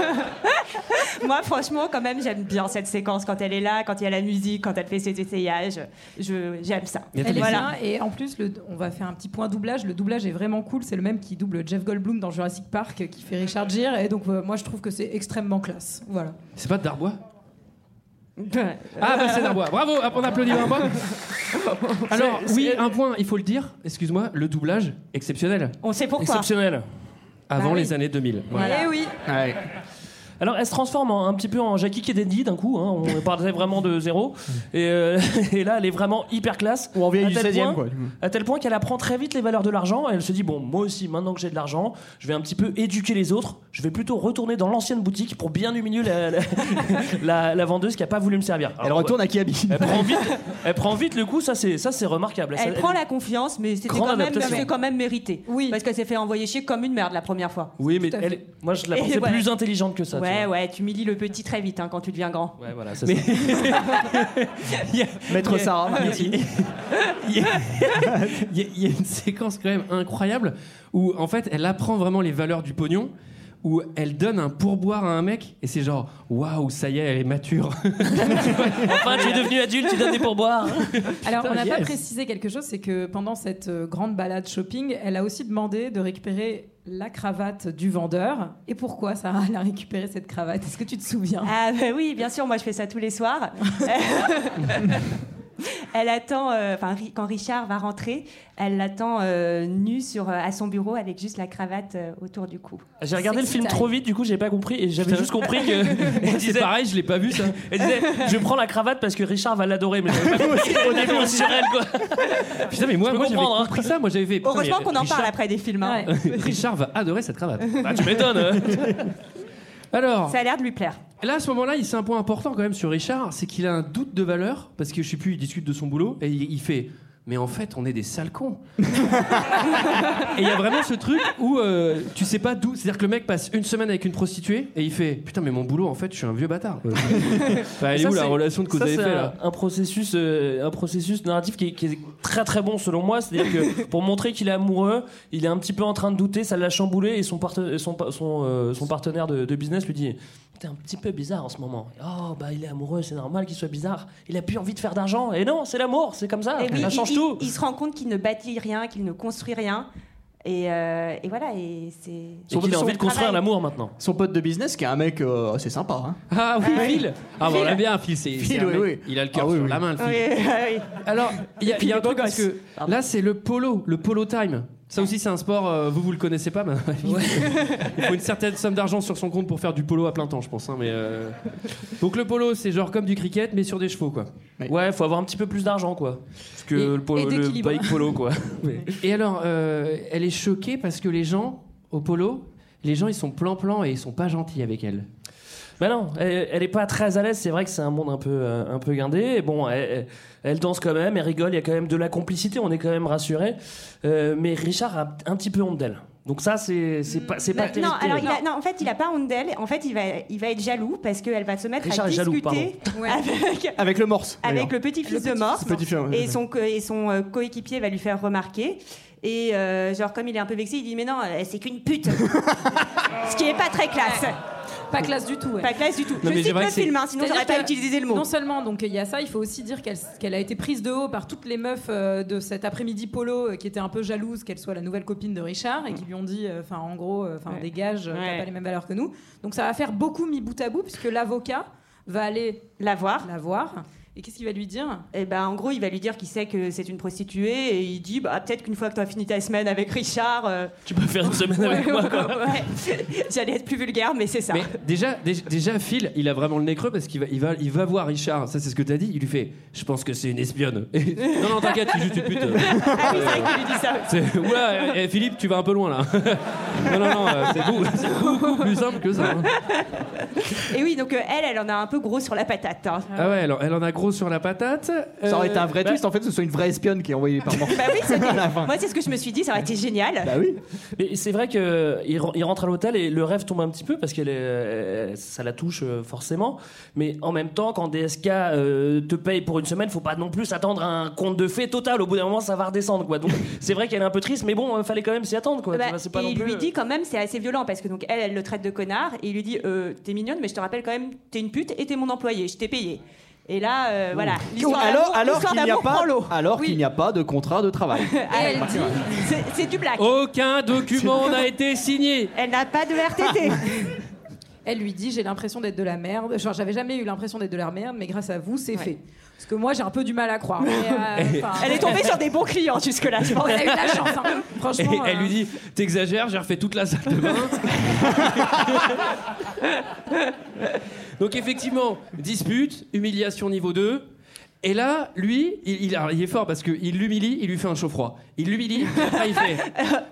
Moi, franchement, quand même, j'aime bien cette séquence quand elle est là, quand il y a la musique, quand elle fait ses essayages. Je, j'aime ça. Elle est bien, et en plus, le- on va faire un petit point doublage. Le doublage est vraiment cool. C'est le même qui double Jeff Goldblum dans Jurassic Park, euh, qui fait Richard Gere. Et donc, euh, moi, je trouve que c'est extrêmement classe. Voilà. C'est pas de Darbois Ah, bah c'est Darbois. Bravo, on applaudit Darbois. Alors, oui, un point, il faut le dire, excuse-moi, le doublage exceptionnel. On sait pourquoi. Exceptionnel. Avant Bah oui. les années 2000. Eh oui. Alors, elle se transforme en- un petit peu en Jackie Kennedy d'un coup. hein. On partait vraiment de zéro. Et, euh, et là, elle est vraiment hyper classe. On revient À du tel 16e, point- quoi, du coup. À tel point qu'elle apprend très vite les valeurs de l'argent. Elle se dit bon, moi aussi, maintenant que j'ai de l'argent, je vais un petit peu éduquer les autres. Je vais plutôt retourner dans l'ancienne boutique pour bien humilier la, la- la- la vendeuse qui a pas voulu me servir. Elle Alors, retourne à Kiabi. Elle prend vite, elle prend vite le coup. Ça, c'est ça, c'est remarquable. Elle Ça- prend la confiance, mais c'était Grande quand même, adaptation. c'est quand même mérité. Oui. Parce qu'elle s'est fait envoyer chier comme une merde la première fois. Oui, mais Tout à elle- fait. moi, je la Et pensais voilà. plus intelligente que ça. tu ouais, vois. ouais, tu humilies le petit très vite hein, quand tu deviens grand. Euh, Ouais, voilà, c'est Mais- ça. Il y a- Maître il y a- Sarah, il y a- il y a- il y a- il y a une séquence quand même incroyable où en fait elle apprend vraiment les valeurs du pognon. Où elle donne un pourboire à un mec et c'est genre waouh ça y est elle est mature. Enfin, tu es devenu adulte, tu donnes des pourboires. Alors, Putain, on n'a pas yes. précisé quelque chose, c'est que pendant cette euh, grande balade shopping, elle a aussi demandé de récupérer la cravate du vendeur. Et pourquoi, Sarah, elle a récupéré cette cravate Est-ce que tu te souviens Ah bah oui, bien sûr, moi je fais ça tous les soirs. Elle attend, euh, enfin, Ri- quand Richard va rentrer, elle l'attend euh, nue sur, euh, à son bureau avec juste la cravate euh, autour du cou. J'ai regardé le film trop vite, du coup j'ai pas compris et j'avais juste compris que. C'est pareil, je l'ai pas vu ça. Elle disait Je prends la cravate parce que Richard va l'adorer, mais j'avais pas compris au début aussi sur elle quoi. Putain, mais moi, Je peux moi j'avais comprendre, hein. compris ça, moi j'avais fait. putain, Heureusement mais qu'on en Richard- parle après des films. hein. Richard va adorer cette cravate. Bah, tu m'étonnes. hein. Alors, Ça a l'air de lui plaire. là à ce moment-là, il c'est un point important quand même sur Richard, c'est qu'il a un doute de valeur parce que je sais plus, il discute de son boulot et il, il fait. Mais en fait, on est des sales cons. et il y a vraiment ce truc où euh, tu sais pas d'où. C'est-à-dire que le mec passe une semaine avec une prostituée et il fait Putain, mais mon boulot, en fait, je suis un vieux bâtard. Enfin, elle est Ça, où la c'est- relation de cause ça, à effet c'est un- là un processus, euh, un processus narratif qui est, qui est très très bon selon moi. C'est-à-dire que pour montrer qu'il est amoureux, il est un petit peu en train de douter, ça l'a chamboulé et son, parte- son, pa- son, euh, son partenaire de, de business lui dit T'es un petit peu bizarre en ce moment. Oh bah il est amoureux, c'est normal qu'il soit bizarre. Il a plus envie de faire d'argent. Et non, c'est l'amour, c'est comme ça. Et oui, ça il- change il, tout. Il, se rend compte qu'il ne bâtit rien, qu'il ne construit rien. Et, euh, et voilà, et c'est. Et qu'il a envie de construire travail. l'amour maintenant. Son pote de business, qui est un mec euh, assez sympa. Hein. Ah oui, Phil Ah bon, Phil. on l'a bien, Phil, Ah c'est. Phil, c'est un oui, mec- oui. Il a le cœur sur la Ah main, le Phil. Alors, Il y a, il y a un Puis les truc parce beaux que là, c'est le polo, le polo time. Ça aussi, c'est un sport, euh, vous, vous le connaissez pas. mais Il faut une certaine somme d'argent sur son compte pour faire du polo à plein temps, je pense. hein, mais, euh, Donc le polo, c'est genre comme du cricket, mais sur des chevaux, quoi. Ouais, faut avoir un petit peu plus d'argent quoi. Parce que Et- le, polo- et le d'équilibre. bike polo quoi. Et alors, euh, elle est choquée parce que les gens, au polo, les gens, ils sont plan-plan et ils sont pas gentils avec elle. Bah non, elle, elle est pas très à l'aise. C'est vrai que c'est un monde un peu, euh, un peu guindé. Et bon, elle, elle- elle danse quand même, elle rigole. Il y a quand même de la complicité. On est quand même rassuré. mais Richard a un petit peu honte d'elle. Donc ça, c'est c'est pas c'est pas Bah, Non, terrible. alors il a- Ah, non, en fait, il a pas honte d'elle. En fait, il va, il va être jaloux parce qu'elle va se mettre Richard à est jaloux, discuter pardon. Ouais. avec, Avec le morse. avec d'ailleurs. le petit-fils Le de Morse. petit-fils, petit-fils, ouais. et son, co- et son euh, coéquipier va lui faire remarquer. Et euh, genre, comme il est un peu vexé, il dit Mais non, euh, c'est qu'une pute. Ce qui est pas très classe. Pas classe du tout. ouais. Pas classe du tout. Je cite le film, hein, sinon C'est-à-dire j'aurais pas que utilisé le mot. Non seulement, donc il y a ça, il faut aussi dire qu'elle qu'elle a été prise de haut par toutes les meufs euh, de cet après-midi polo euh, qui étaient un peu jalouses qu'elle soit la nouvelle copine de Richard et qui lui ont dit, euh, enfin en gros, euh, enfin Ouais. dégage, euh, Ouais. t'as pas les mêmes valeurs que nous. Donc ça va faire beaucoup mis bout à bout puisque l'avocat va aller la voir. La voir. Et qu'est-ce qu'il va lui dire Eh ben, en gros, il va lui dire qu'il sait que c'est une prostituée et il dit bah, peut-être qu'une fois que tu as fini ta semaine avec Richard. euh, Tu peux faire une semaine avec moi. quoi. ouais. J'allais être plus vulgaire, mais c'est ça. Mais déjà, déjà, déjà, Phil, il a vraiment le nez creux parce qu'il va, il va, il va voir Richard. Ça, c'est ce que t'as dit. Il lui fait Je pense que c'est une espionne. Et- non, non, t'inquiète, c'est juste une pute. Ah oui, c'est vrai qu'il lui dit ça. C'est- Oula, eh, eh, Philippe, tu vas un peu loin là. non, non, non, euh, c'est beaucoup, c'est beaucoup plus simple que ça. hein. Et oui, donc euh, elle, elle en a un peu gros sur la patate. hein. Ah ouais, elle, en- elle en a gros sur la patate. Ça aurait Euh, été un vrai bah, twist en fait, que ce soit une vraie espionne qui est envoyée par morse. Bah oui, c'est- À la fin. moi c'est ce que je me suis dit, ça aurait été génial. Bah oui. Mais c'est vrai que il re- il rentre à l'hôtel et le rêve tombe un petit peu parce qu'elle est- euh, ça la touche euh, forcément. Mais en même temps, quand DSK euh, te paye pour une semaine, faut pas non plus s'attendre à un compte de fait total. Au bout d'un moment, ça va redescendre quoi. Donc c'est vrai qu'elle est un peu triste, mais bon, euh, fallait quand même s'y attendre quoi. Bah, Tu vois, c'est pas et non il plus, lui euh, dit quand même, c'est assez violent parce que donc elle, elle le traite de connard et il lui dit euh, T'es mignonne, mais je te rappelle quand même, t'es une pute et t'es mon employé, je t'ai payé. Et là, euh, voilà. L'histoire alors d'amour- alors l'histoire qu'il n'y a d'amour prend pas, l'eau. alors Oui. qu'il n'y a pas de contrat de travail. Ah, c'est- C'est du euh, blague. Aucun document n'a été signé. Elle n'a pas de RTT. Elle lui dit j'ai l'impression d'être de la merde. Genre j'avais jamais eu l'impression d'être de la merde, mais grâce à vous c'est fait. Parce que moi j'ai un peu du mal à croire. Mais, euh, enfin, Elle est tombée sur des bons clients jusque-là, je pense. Elle a eu de la chance, hein. Et franchement. elle euh, lui dit T'exagères, j'ai refait toute la salle de bain. Donc, effectivement, dispute, humiliation niveau 2. Et là, lui, il, il a- il est fort parce qu'il l'humilie, il lui fait un chaud froid. Il l'humilie, après il fait.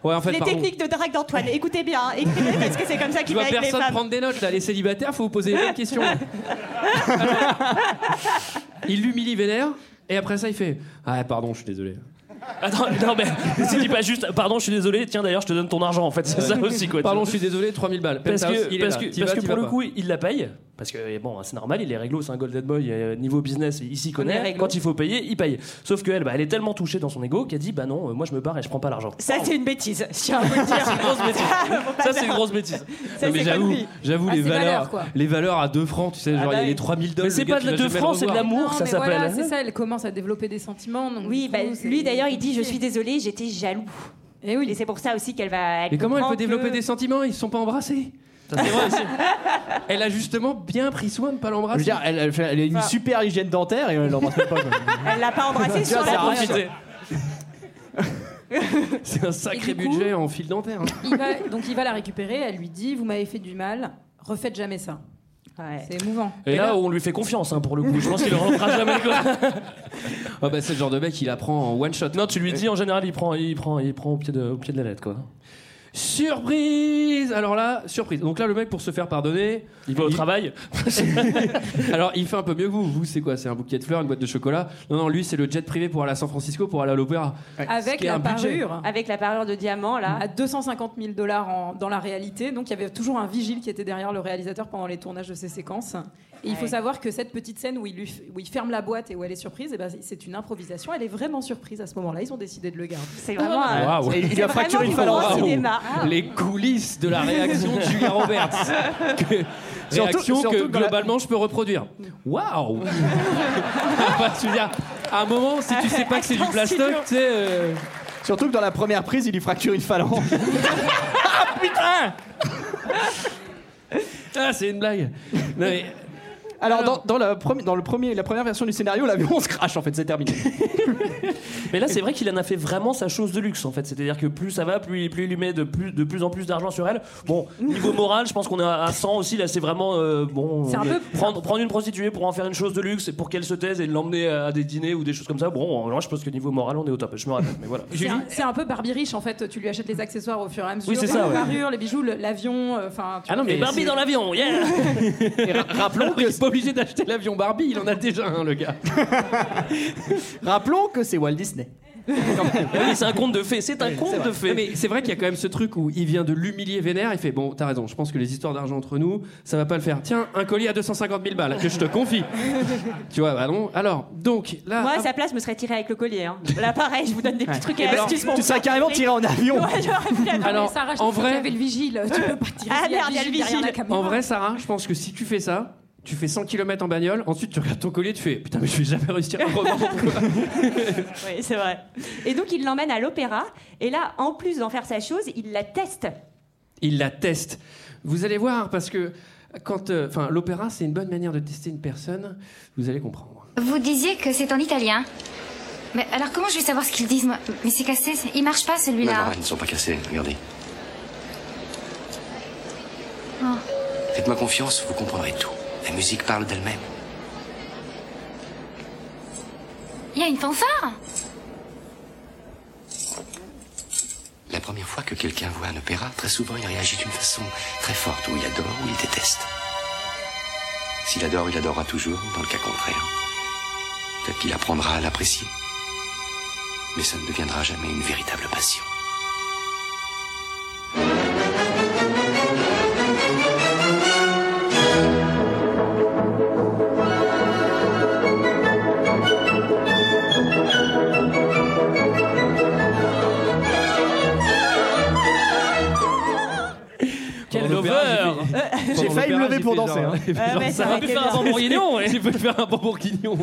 Ouais, en fait, les pardon. techniques de drague d'Antoine, écoutez bien, hein, écoutez bien parce que c'est comme ça Je qu'il va vois avec les personne femmes. prendre des notes là, les célibataires, faut vous poser les bonnes questions. il l'humilie vénère, et après ça, il fait Ah, pardon, je suis désolé. Attends, non mais c'est dit pas juste. Pardon, je suis désolé. Tiens d'ailleurs, je te donne ton argent en fait. C'est ça aussi quoi. Pardon, je suis désolé, 3000 balles. Parce Penthouse, que, il est parce là. que, T'y parce vas, que t'y pour vas le pas. coup, il la paye. Parce que bon, c'est normal, il est réglo, c'est un golden boy. euh, Niveau business, il s'y est connaît. réglo. Quand il faut payer, il paye. Sauf qu'elle, bah, elle est tellement touchée dans son ego qu'elle dit Bah non, euh, moi je me barre et je prends pas l'argent. Ça, c'est une bêtise. Je tiens à vous le dire. C'est une grosse bêtise. Faut pas Ça, le c'est une faire. grosse bêtise. Ça, Non, mais c'est j'avoue, connerie. j'avoue Ah, les c'est valeurs, valeurs, quoi. les valeurs à 2 francs, tu sais, genre il y bah a oui. les 3000 dollars. Mais c'est le gars, pas tu de- vas de jamais francs, le c'est de revoir. l'amour, non, ça mais s'appelle. Voilà, c'est ça, elle commence à développer des sentiments. donc Oui, du bah, coup, c'est lui d'ailleurs, il dit Je compliqué. suis désolée, j'étais jaloux. Et Eh oui. Et c'est pour ça aussi qu'elle va. Mais comment elle comprend peut développer que- des sentiments Ils se sont pas embrassés. Ça, c'est vrai aussi. Elle a justement bien pris soin de pas Je veux l'embrasser. dire, elle, elle fait- elle a une Enfin. super hygiène dentaire et elle l'embrasse même pas. quoi. Elle l'a pas embrassé Tu vois, sur ça la sert à rien, bouche. C'est un sacré Et du coup- budget en fil dentaire. hein. Il va- donc il va la récupérer, elle lui dit Vous m'avez fait du mal, refaites jamais ça. C'est émouvant. Et, là, on lui fait confiance hein, pour le coup. Je pense qu'il le rentrera jamais. Quoi. Ah bah, c'est le genre de mec, il apprend en one shot. Non, tu lui dis en général, il prend, il prend, il prend au pied de, au pied de la lettre quoi. Surprise Alors là, surprise. Donc là, le mec, pour se faire pardonner. Il va au travail Alors, il fait un peu mieux que vous. Vous, c'est quoi C'est un bouquet de fleurs, une boîte de chocolat Non, non, lui, c'est le jet privé pour aller à San Francisco, pour aller à l'opéra. Ce Avec qui est la un budget. parure. Avec la parure de diamant, là. À 250 000 dollars dans la réalité. Donc il y avait toujours un vigile qui était derrière le réalisateur pendant les tournages de ces séquences. Et il faut Ouais. savoir que cette petite scène où il, lui f- où il ferme la boîte et où elle est surprise, eh ben, c'est une improvisation. Elle est vraiment surprise à ce moment-là. Ils ont décidé de le garder. C'est vraiment un- Waouh. Et il lui a C'est fracturé vraiment une du phalange. grand cinéma. Les coulisses de la réaction de Julia Roberts. Que- Surtout- réaction surtout que dans la- globalement je peux reproduire. Waouh Enfin, tu veux dire, À un moment, si tu sais pas que c'est du plastoc, tu sais. euh, Surtout que dans la première prise, il lui fracture une phalange. Putain Ah, c'est une blague. Non, mais- Alors, dans, dans la, premi- dans le premier, la première version du scénario, l'avion se crache en fait, c'est terminé. Mais là, c'est vrai qu'il en a fait vraiment sa chose de luxe en fait. C'est-à-dire que plus ça va, plus, plus il lui met de plus, de plus en plus d'argent sur elle. Bon, niveau moral, je pense qu'on est à 100 aussi. Là, c'est vraiment euh, bon. C'est un on est- peu- prendre, prendre une prostituée pour en faire une chose de luxe, pour qu'elle se taise et l'emmener à des dîners ou des choses comme ça. Bon, là, je pense que niveau moral, on est au top. Je me rappelle, mais voilà. C'est un, c'est un peu Barbie riche en fait. Tu lui achètes les accessoires au fur et à mesure. Oui, c'est ça, La ouais. parure, les bijoux, le- l'avion. euh, Enfin. tu Ah non, vois, mais c'est- Barbie dans l'avion, yeah Rappelons qu'il n'est pas obligé d'acheter l'avion Barbie, il en a déjà un, le gars. Rappelons que c'est Walt Disney. Ah Oui, c'est un conte de fées, c'est un conte de fées. Mais c'est vrai qu'il y a quand même ce truc où il vient de l'humilier vénère, il fait Bon, t'as raison, je pense que les histoires d'argent entre nous, ça va pas le faire. Tiens, un colis à 250 000 balles, que je te confie. tu vois, bah non. Alors, donc, là. Moi, à ah, sa place, je me serais tiré avec le collier. hein. Là, pareil, je vous donne des petits trucs Et ben, et alors, astuces pour tu vous serais faire carrément plaisir. tiré en avion. Ouais, j'aurais pu la- Non, mais Alors, Ah Sarah, je en pense qu'il vrai- y avait le vigile. Tu peux pas tirer. Ah, s'il y a merde, il y a le derrière la vigile. caméra. En vrai, Sarah, je pense que si tu fais ça, tu fais 100 km en bagnole, ensuite tu regardes ton collier, tu fais Putain, mais je vais jamais réussir à le revendre. Oui, c'est vrai. Et donc, il l'emmène à l'opéra. Et là, en plus d'en faire sa chose, il la teste. il la teste. Vous allez voir, parce que quand, euh, enfin, l'opéra, c'est une bonne manière de tester une personne. Vous allez comprendre. Vous disiez que c'est en italien. Mais alors comment je vais savoir ce qu'ils disent moi Mais c'est cassé, c'est- il marche pas Non, celui-là. non, ils ne sont pas cassés, regardez. Oh. Faites-moi confiance, vous comprendrez tout. La musique parle d'elle-même. Il y a une fanfare La première fois que quelqu'un voit un opéra, très souvent il réagit d'une façon très forte, où il adore ou il déteste. S'il adore, il adorera toujours, dans le cas contraire. Peut-être qu'il apprendra à l'apprécier. Mais ça ne deviendra jamais une véritable passion. Quel Pendant lover l'opéra, j'ai fait- Euh, pendant failli me l'opéra, lever j'ai pour fait danser, genre- euh, hein. j'ai fait Ouais, genre mais ça ça. aurait pu été faire un bien. bourguignon, ouais. Tu peux faire un bourguignon.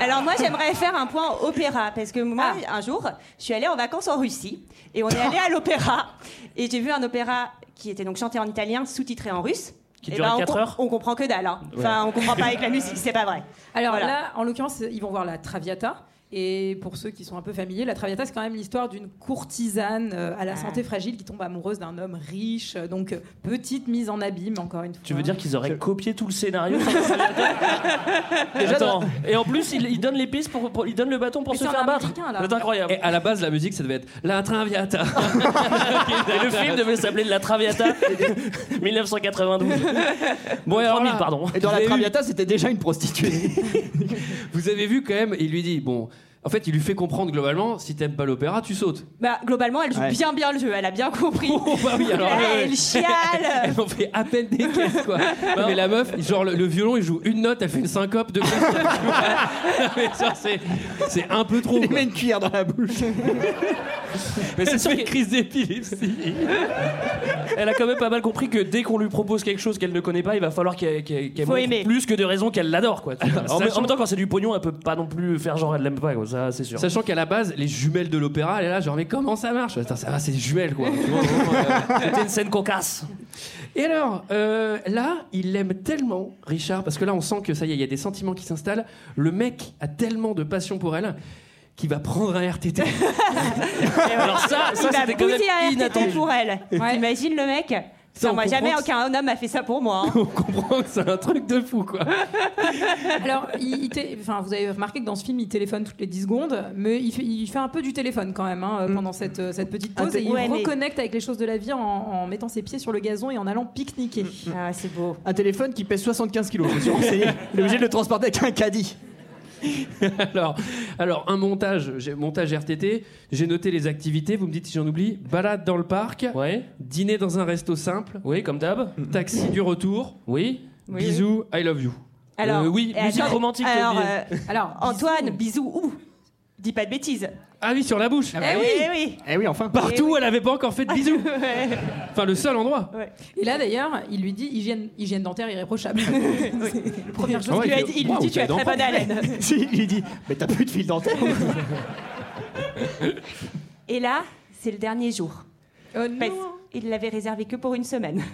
Alors moi j'aimerais faire un point opéra parce que moi un jour je suis allée en vacances en Russie et on est allé à l'opéra et j'ai vu un opéra qui était donc chanté en italien sous-titré en russe. Qui Et durait on quatre com- heures On comprend que dalle. hein. Enfin Ouais. on comprend pas avec la musique, c'est pas vrai. Alors Voilà. là, en l'occurrence, ils vont voir la Traviata. Et pour ceux qui sont un peu familiers, la Traviata, c'est quand même l'histoire d'une courtisane euh, Ah. à la santé fragile qui tombe amoureuse d'un homme riche. euh, Donc, euh, petite mise en abîme, encore une fois. Tu veux dire qu'ils auraient copié tout le scénario Déjà, Attends. Et en plus, il, il donne les pistes pour, pour- il donne le bâton pour Mais se c'est un faire battre. Américain, là. C'est incroyable. Et à la base, la musique, ça devait être La Traviata. Et le film devait s'appeler La Traviata 1992. Bon, et alors 3000, là, pardon. Et dans la J'ai eu- Traviata, c'était déjà une prostituée. Vous avez vu quand même, il lui dit Bon, en fait, il lui fait comprendre globalement si t'aimes pas l'opéra, tu sautes. Bah, globalement elle joue Ouais. bien bien le jeu, elle a bien compris. bah oui, alors, Elle, ouais, ouais. elle chiale. Elle en fait à peine des caisses, quoi. Non, mais la meuf, genre, le, le violon, il joue une note, elle fait une syncope de plus. Mais ça, c'est- c'est un peu trop. Il met une cuillère dans la bouche. Mais c'est sûr une crise d'épilepsie. Elle a quand même pas mal compris que dès qu'on lui propose quelque chose qu'elle ne connaît pas, il va falloir qu'elle qu'elle- qu'elle Faut montre aimer. plus que de raisons qu'elle l'adore. quoi. En, sachant- en même temps, quand c'est du pognon, eh, elle peut pas non plus faire genre elle l'aime pas. Quoi. Ça, c'est sûr. Sachant qu'à la base, les jumelles de l'opéra, elle est là, genre, mais comment ça marche Attends, ça va, c'est des jumelles, quoi. Vraiment, vraiment, euh, C'était une scène cocasse. Et alors, euh, là, il l'aime tellement, Richard, parce que là, on sent que ça y est, il y a des sentiments qui s'installent. Le mec a tellement de passion pour elle qu'il va prendre un RTT. Alors ça, ça, il va c'était quand même bousiller un RTT inattendu. pour elle. T'imagines le mec Ça, Non, on moi, comprend jamais que- aucun homme a fait ça pour moi. hein. on comprend que c'est un truc de fou, quoi. Alors, il- il té- enfin, vous avez remarqué que dans ce film, il téléphone toutes les 10 secondes, mais il fait, il fait un peu du téléphone quand même hein, pendant cette, euh, cette petite Mm. Un pause peu. et il Ouais, mais- reconnecte avec les choses de la vie en, en mettant ses pieds sur le gazon et en allant pique-niquer. Ah, c'est beau. Un téléphone qui pèse 75 kilos, je me suis renseigné. Il est obligé de le transporter avec un caddie. alors, alors, un montage, j'ai- montage RTT, j'ai noté les activités, vous me dites si j'en oublie, balade dans le parc, dîner dans un resto simple, oui, comme d'hab, taxi du retour, oui, Oui, bisous, I love you. Alors, Euh, oui, et musique attends, romantique. Alors, Toby. euh, alors, Antoine, bisous où Dis pas de bêtises. Ah oui, sur la bouche. Eh oui, eh oui. Eh oui, enfin. Partout, elle avait pas encore fait de bisous. Ouais. Enfin, le seul endroit. Et là, d'ailleurs, il lui dit hygiène, hygiène dentaire irréprochable. Première chose Ah ouais, qu'il lui a que- dit, il lui waouh, dit tu t'as as très d'enfant. bonne haleine. Si, il lui dit Mais t'as plus de fil dentaire Et là, c'est le dernier jour. Oh Parce- non Il l'avait réservé que pour une semaine.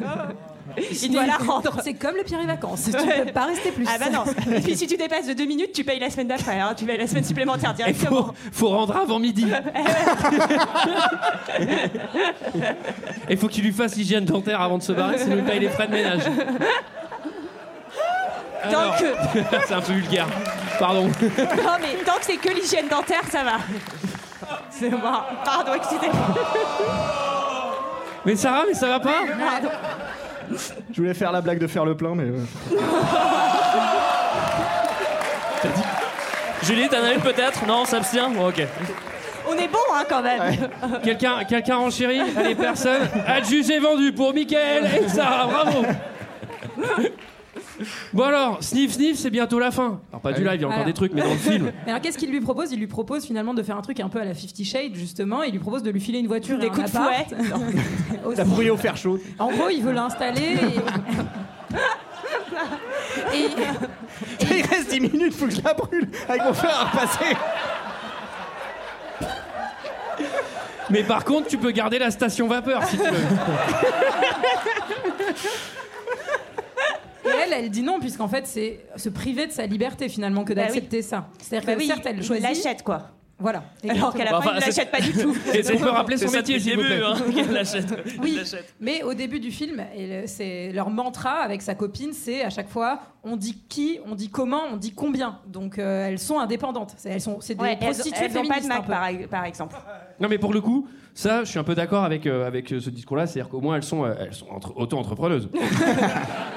Il doit la rendre. C'est comme le pire et vacances, tu ne peux pas rester plus. Ah bah non. Et puis si tu dépasses de deux minutes, tu payes la semaine d'après. hein. Tu payes la semaine supplémentaire Il faut, directement. faut rendre avant midi. Il faut qu'il lui fasse l'hygiène dentaire avant de se barrer, sinon il paye les frais de ménage. Tant Alors, que, c'est un peu vulgaire. Pardon. non mais tant que c'est que l'hygiène dentaire, ça va. C'est moi. Pardon, excusez-moi. Mais Sarah, mais ça va pas Pardon. Je voulais faire la blague de faire le plein, mais. euh, Julie, t'en as une peut-être Non, on s'abstient Bon, Ok. On est bon hein, quand même. Quelqu'un, quelqu'un renchérit Allez, personne. Adjugé vendu pour Mickaël et Sarah, bravo. Bon alors, sniff sniff, c'est bientôt la fin. Alors pas du live, il y a encore Alors. des trucs, mais dans le film. Mais alors qu'est-ce qu'il lui propose Il lui propose finalement de faire un truc un peu à la 50 Shade justement. Il lui propose de lui filer une voiture Des et un coups de appart. fouet. Aussi. La brouillée au fer chaud. En gros, il veut l'installer. Et... et- Il reste 10 minutes, faut que je la brûle avec mon fer à repasser. Mais par contre, tu peux garder la station vapeur si tu veux. et elle, elle dit non puisqu'en fait c'est se priver de sa liberté finalement que Bah oui. d'accepter ça. C'est-à-dire Bah que oui, certes elle il choisit. l'achète quoi. Voilà. Alors qu'à la Bah, fin, enfin, il ne c'est- l'achète pas du tout. Et tu peux rappeler son C'est ça métier depuis s'il le vous plaît. début, hein. Il l'achète. Bah, Oui. Il l'achète. Mais au début du film, et le- c'est leur mantra avec sa copine, c'est à chaque fois on dit qui, on dit comment, on dit combien. Donc euh, elles sont indépendantes. C'est, elles sont, c'est des Ouais, elles- prostituées elles n'ont féministes. pas de un Mac peu. par, par exemple. Non, mais pour le coup, ça, je suis un peu d'accord avec, euh, avec euh, ce discours-là. C'est-à-dire qu'au moins, elles sont, euh, elles sont entre- auto-entrepreneuses.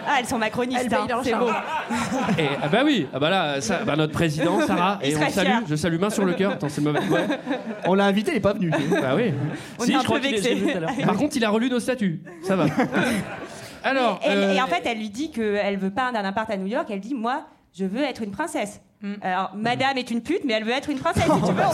Ah, elles sont macronistes. Elles payent hein, leur c'est charge. beau. Et ah bah oui, ah bah là, ça, bah, notre président, Sarah, Il et on serait salue, fier. je salue main sur le cœur. Attends, c'est le mauvais. ouais. On l'a invité, il est pas venu. Bah oui. On Si, est un je crois peu qu'il est- j'ai vexés. vu tout à l'heure. Par contre, il a relu nos statuts. Ça va. Alors. Elle- euh, Et en fait, elle lui dit qu'elle veut pas d'un appart à New York. Elle dit Moi, je veux être une princesse. Hmm. Alors, madame est une pute, mais elle veut être une princesse. Si tu veux, on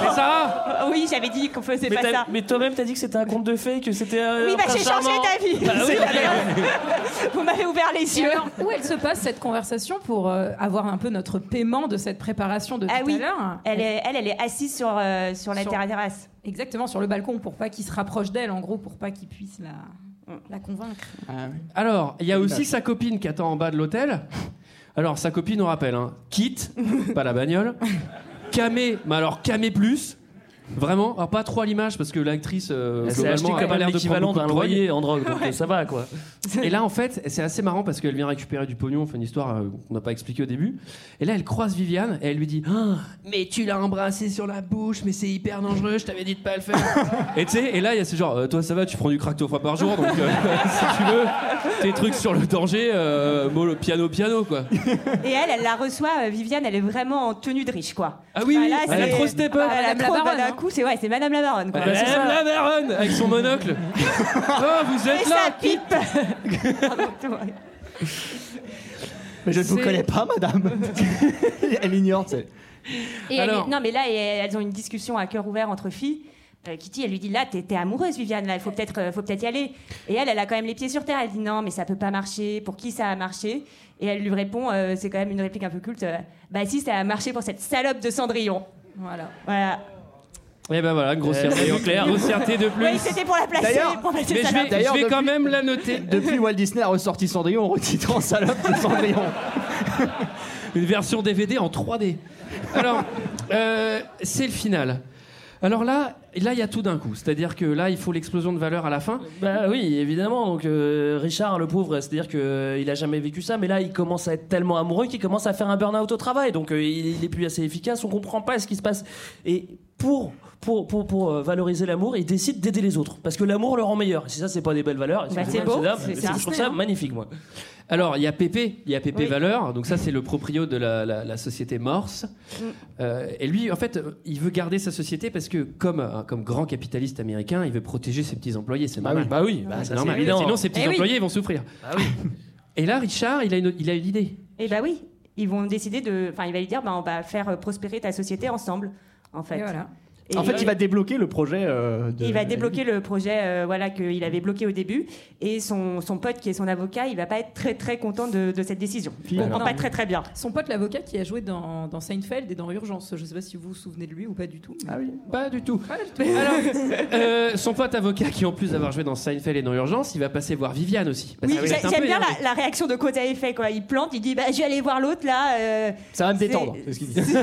mais Sarah, passe- Oui, j'avais dit qu'on faisait Mais, pas t'as- ça. mais toi-même, t'as dit que c'était un conte de fées, que c'était. euh, Oui, un bah prince j'ai changé charmant. d'avis. Bah oui, Vous m'avez ouvert les Et yeux. alors, où elle se passe cette conversation pour euh, avoir un peu notre paiement de cette préparation de Ah tout oui. à l'heure Elle est, elle, elle est assise sur, euh, sur la Sur- terrasse. Exactement, sur le balcon, pour pas qu'il se rapproche d'elle, en gros, pour pas qu'il puisse la, Mm. la convaincre. alors, il y a aussi sa copine qui attend en bas de l'hôtel. Alors, sa copine, on rappelle, hein, quitte, pas la bagnole. Camé, mais alors Camé plus. Vraiment, alors pas trop à l'image parce que l'actrice euh, Elle s'est achetée globalement a comme pas l'air de prendre l'équivalent beaucoup d'un de drogue. loyer en drogue, donc euh, ça va quoi. Et là, en fait, c'est assez marrant parce qu'elle vient récupérer du pognon, enfin une histoire euh, qu'on n'a pas expliquée au début. Et là, elle croise Viviane et elle lui dit Ah, Mais tu l'as embrassé sur la bouche, mais c'est hyper dangereux, je t'avais dit de pas le faire. et tu sais, et là, il y a ce genre euh, Toi, ça va, tu prends du crack deux fois par jour, donc euh, si tu veux, tes trucs sur le danger, euh, mollo, piano, piano, quoi. Et elle, elle la reçoit, euh, Viviane, elle est vraiment en tenue de riche, quoi. Ah oui, oui, Ah, là, elle a c'est- trop Ah bah, step up. Ah, elle a Madame la trop, baronne, d'un hein. coup, c'est ouais, c'est Madame la Baronne, quoi. Elle a bah, ça. la baronne avec son monocle. oh, vous Et êtes là ça pipe Pardon. Mais je ne vous C'est- connais pas, madame. elle ignore, c'est. Et elle Alors- est- non, mais là, et- elles ont une discussion à cœur ouvert entre filles. Euh, Kitty, elle lui dit là, t'es t'es amoureuse, Viviane, là, il faut peut-être euh, faut peut y aller. Et elle, elle a quand même les pieds sur terre. Elle dit non, mais ça peut pas marcher. Pour qui ça a marché Et elle lui répond, euh, c'est quand même une réplique un peu culte. euh, bah si, ça a marché pour cette salope de Cendrillon. Voilà. Voilà. Et ben voilà, grossièreté, Euh, clair. grossièreté de plus. Oui, c'était pour la placer, D'ailleurs- pour placer mais je ça là. vais- D'ailleurs, je vais quand depuis- même la noter. Depuis Walt Disney a ressorti Cendrillon, on retitre en salope le Cendrillon. Une version DVD en 3D. Alors, euh, c'est le final. Alors là, là il y a tout d'un coup. C'est-à-dire que là, il faut l'explosion de valeur à la fin. Bah oui, évidemment. Donc euh, Richard, le pauvre, c'est-à-dire que euh, il a jamais vécu ça, mais là il commence à être tellement amoureux qu'il commence à faire un burn-out au travail. Donc euh, il, il est plus assez efficace. On comprend pas ce qui se passe. Et pour pour, pour, pour, euh, valoriser l'amour, il décide d'aider les autres parce que l'amour le rend meilleur. Si ça, c'est pas des belles valeurs. Bah, excusez-moi, c'est beau, mesdames, c'est mais ça. Je trouve ça magnifique, moi. Alors, il y a Pépé, il y a Pépé Oui. Valeur, donc ça c'est le proprio de la, la- la société Morse. Euh, et lui, en fait, euh, il veut garder sa société parce que, comme, euh, comme grand capitaliste américain, il veut protéger ses petits employés, c'est normal. oui, bah oui, bah, c'est c'est Bah normal. évident. Sinon, ses petits Eh oui. employés ils vont souffrir. Et là, Richard, il a une, il a une idée. Et bah oui, ils vont décider de. Enfin, il va lui dire, bah, on va faire euh, prospérer ta société ensemble, en fait. Et voilà. Et En fait, il va débloquer le projet. euh, de- Il va débloquer le projet euh, voilà, qu'il avait bloqué au début. Et son, son pote, qui est son avocat, il va pas être très très content de, de cette décision. Il Finalement. comprend pas très très bien. Son pote, l'avocat, qui a joué dans, dans Seinfeld et dans Urgence. Je sais pas si vous vous souvenez de lui ou pas du tout. Ah oui. Pas du tout. Pas du tout. Alors, euh, son pote avocat, qui en plus d'avoir joué dans Seinfeld et dans Urgence, il va passer voir Viviane aussi. Parce Oui, qu'il j'a- est un j'aime peu bien énervé. la, la réaction de cause à effet. Quoi. Il plante, il dit bah, Je vais aller voir l'autre là. euh, Ça va me c'est- détendre. C'est ce qu'il dit.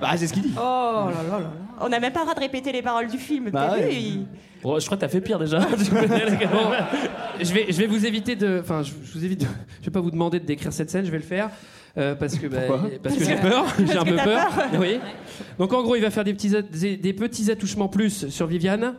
bah, c'est ce qu'il dit. Oh là là là. On n'a même pas le droit de répéter les paroles du film. Bah t'as vu, ouais. il- Bon, je crois que t'as fait pire déjà. Bon. Je vais, je vais vous éviter de. Enfin, je, je vous évite. de- je vais pas vous demander de décrire cette scène. Je vais le faire euh, parce que bah, Pourquoi parce que j'ai peur. J'ai un que peu t'as peur. Oui. Donc en gros, il va faire des petits a- des, des petits attouchements plus sur Viviane.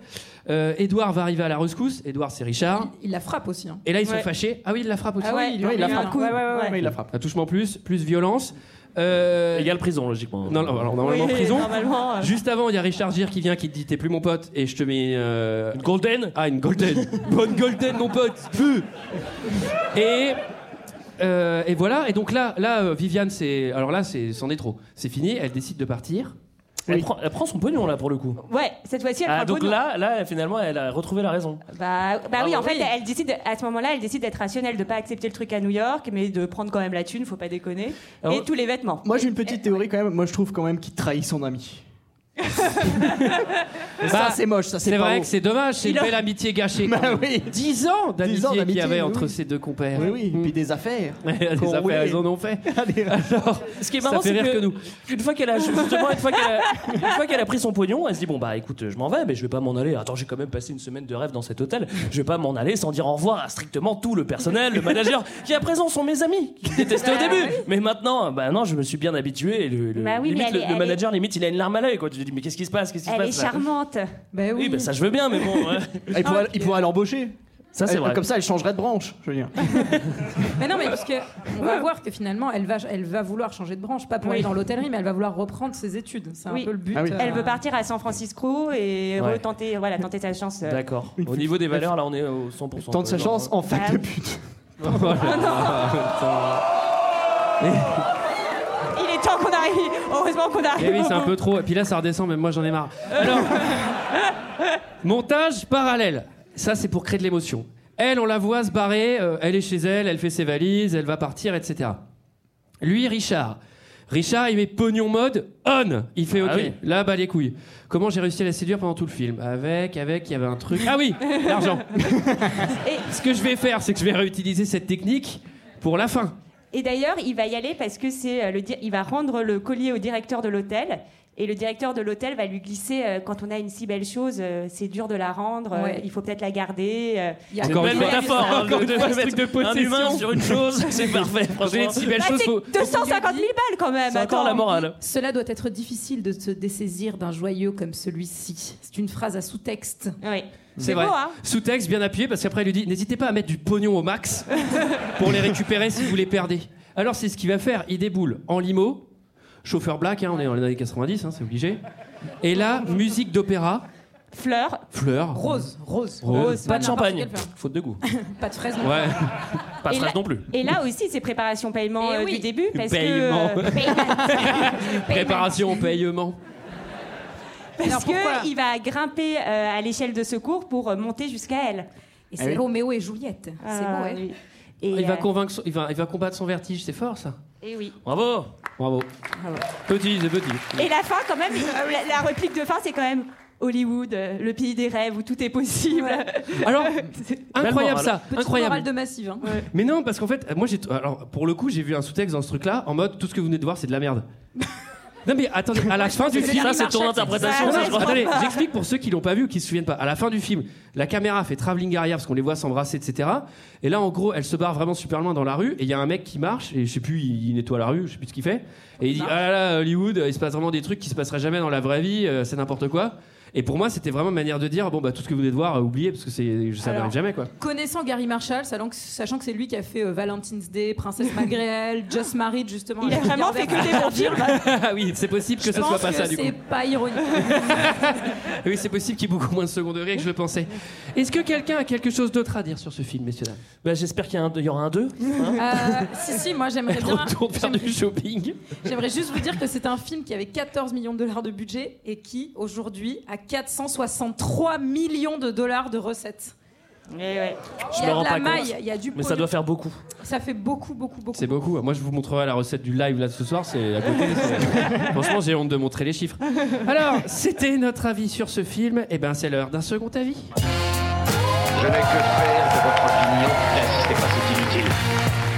Euh, Edouard va arriver à la rescousse. Edouard, c'est Richard. Il la frappe aussi. hein. Et là, ils sont Ouais. fâchés. Ah oui, il la frappe aussi. Ah ouais, Ouais, il la lui met un frappe. coup. Ouais, ouais, ouais, ouais. Mais il la frappe. Attouchement plus, plus violence. Euh, Égal prison, logiquement. non, non, alors, normalement Oui, prison. normalement, euh, Juste avant, il y a Richard Gere qui vient, qui te dit T'es plus mon pote, et je te mets euh, Une golden. Ah, une golden. Bonne golden, mon pote. Feu. Et. euh, et voilà, et donc là, là euh, Viviane, c'est. Alors là, c'est- c'en est trop. C'est fini, elle décide de partir. Elle, prend, elle prend son pognon là pour le coup. Ouais, cette fois-ci, elle Ah, prend donc Bono. là, là, finalement, elle a retrouvé la raison. Bah, bah oui, bah en fait, oui. elle décide à ce moment-là, elle décide d'être rationnelle, de pas accepter le truc à New York, mais de prendre quand même la thune, faut pas déconner, Alors- et tous les vêtements. Moi, j'ai une petite théorie quand même. Moi, je trouve quand même qu'il trahit son ami. Et ça, Bah, c'est moche. Ça, c'est C'est pas vrai beau. que c'est dommage, c'est une Il a- belle amitié gâchée. quand Bah même. oui. 10 ans Dix ans d'amitié qu'il y d'amitié, avait mais entre oui. ces deux compères. Oui, oui. Et puis des affaires. Les Qu'on affaires, roulait. elles en ont fait. Alors, Ce qui est Ça marrant, fait c'est rire que nous. Une fois qu'elle a justement, une fois qu'elle a, une fois qu'elle a pris son pognon, elle se dit bon bah écoute, je m'en vais, mais je vais pas m'en aller. Attends, j'ai quand même passé une semaine de rêve dans cet hôtel. Je vais pas m'en aller sans dire au revoir à strictement tout le personnel, le manager, qui à présent sont mes amis, qui me détestaient au début, mais maintenant, bah non, je me suis bien habitué. Et le, le- Bah oui, limite, mais elle le, est- le elle manager limite, il a une larme à l'œil quand tu dis mais qu'est-ce qui se passe, qu'est-ce qui se Elle est passe là charmante. Ben oui. Oui, bah ça je veux bien, mais bon, ouais. Ah, il pourrait- il pourrait l'embaucher. ça c'est Elle- vrai. Comme ça, elle changerait de branche. Je veux dire. Mais non, mais parce que on va voir que finalement, elle va, elle va vouloir changer de branche, pas pour Oui. aller dans l'hôtellerie, mais elle va vouloir reprendre ses études. C'est Oui. un peu le but. Ah oui. euh, Elle veut partir à San Francisco et Ouais. retenter, voilà, tenter sa chance. euh. D'accord. Au niveau des valeurs, là, on est au 100%. Euh, Tente sa Non, chance en fac bah, Ah. de pute. euh, Il est temps qu'on arrive. Heureusement qu'on arrive. Eh oui, au c'est un bout. peu trop. Et puis là, ça redescend, même moi, j'en ai marre. Alors, montage parallèle. Ça, c'est pour créer de l'émotion. Elle, on la voit se barrer. euh, elle est chez elle, elle fait ses valises, elle va partir, etc. Lui, Richard. Richard, il met pognon mode on. Il fait OK. Ah oui. Là, bas les couilles. Comment j'ai réussi à la séduire pendant tout le film Avec, avec, il y avait un truc. Ah oui, l'argent. Ce que je vais faire, c'est que je vais réutiliser cette technique pour la fin. Et d'ailleurs, il va y aller parce que c'est euh, le di- il va rendre le collier au directeur de l'hôtel. Et le directeur de l'hôtel va lui glisser euh, quand on a une si belle chose, euh, c'est dur de la rendre, euh, Ouais. il faut peut-être la garder. euh. il y a- Encore Belle une fois. métaphore, hein, Encore de- une de fois, ce truc mettre de un possession. humain sur une chose, c'est parfait. Quand j'ai Franchement, une si belle Bah, chose, c'est faut... 250 000 balles quand même. c'est encore la attends. morale. Cela doit être difficile de se dessaisir d'un joyau comme celui-ci. C'est une phrase à sous-texte. Oui. C'est C'est vrai. beau, hein Sous-texte bien appuyé parce qu'après il lui dit n'hésitez pas à mettre du pognon au max pour les récupérer si vous les perdez. Alors c'est ce qu'il va faire. Il déboule en limo, chauffeur black, hein, on est dans les années 90, hein, c'est obligé. Et là, musique d'opéra, Fleur, fleurs. Rose, rose, Bah, Rose. Pas n'importe de champagne. quelle fleur. Faute de goût. Pas de fraise non plus. Ouais. Pas de Et phrase la- non plus. Et là aussi, c'est préparation paiement Eh euh, oui. du début parce Paiement. que euh, Préparation, paiement. Alors, parce pourquoi que il va grimper euh, à l'échelle de secours pour euh, monter jusqu'à elle. Et c'est oui. Roméo et Juliette. c'est Ah, beau, ouais. oui. Et, Il va euh, convaincre, son- il va, il va combattre son vertige. C'est fort ça. et oui. Ah, Bravo. Bravo. Petit, c'est petit. Et la fin, quand même, la, la réplique de fin, c'est quand même Hollywood, euh, le pays des rêves où tout est possible. Alors, incroyable ça, Petite incroyable. morale de massive. hein. Mais non, parce qu'en fait, moi j'ai. Alors, pour le coup, j'ai vu un sous-texte dans ce truc-là en mode tout ce que vous venez de voir, c'est de la merde. Non mais attendez, à la fin du C'est film, ça, c'est ton Marchal, Bah, interprétation, ça, je crois. Attendez, j'explique pour ceux qui l'ont pas vu ou qui se souviennent pas. À la fin du film, la caméra fait travelling arrière parce qu'on les voit s'embrasser, etc. Et là, en gros, elle se barre vraiment super loin dans la rue et il y a un mec qui marche et je sais plus, il, il nettoie la rue, je sais plus ce qu'il fait. Et il dit ah là là, Hollywood, il se passe vraiment des trucs qui se passeraient jamais dans la vraie vie, euh, c'est n'importe quoi. Et pour moi, c'était vraiment une manière de dire bon bah tout ce que vous venez de voir, euh, oubliez parce que c'est ça Alors, n'arrive jamais quoi. Connaissant Gary Marshall, sachant que, sachant que c'est lui qui a fait euh, Valentine's Day, Princesse Magréel, Just Married, justement. Il a avec vraiment Gary fait que des Marshall. bons films. oui, c'est possible que Je ce soit pense pas que ça du coup. C'est pas ironique. Oui, c'est possible qu'il y ait beaucoup moins de second degré que je le pensais. Est-ce que quelqu'un a quelque chose d'autre à dire sur ce film, messieurs dames J'espère qu'il y, a un- il y aura un 2. Euh, si, si, moi j'aimerais Elle bien. retourne faire du shopping. J'aimerais juste vous dire que c'est un film qui avait 14 millions de dollars de budget et qui, aujourd'hui, a 463 millions de dollars de recettes. Il y a de la maille, il y a du Mais ça produit. doit faire beaucoup. Ça fait beaucoup, beaucoup, beaucoup. C'est beaucoup. Moi, je vous montrerai la recette du live là de ce soir. C'est à côté. c'est- Franchement, j'ai honte de montrer les chiffres. Alors, c'était notre avis sur ce film. Eh ben, c'est l'heure d'un second avis. Je n'ai que faire de votre opinion, n'insistez pas, c'est inutile.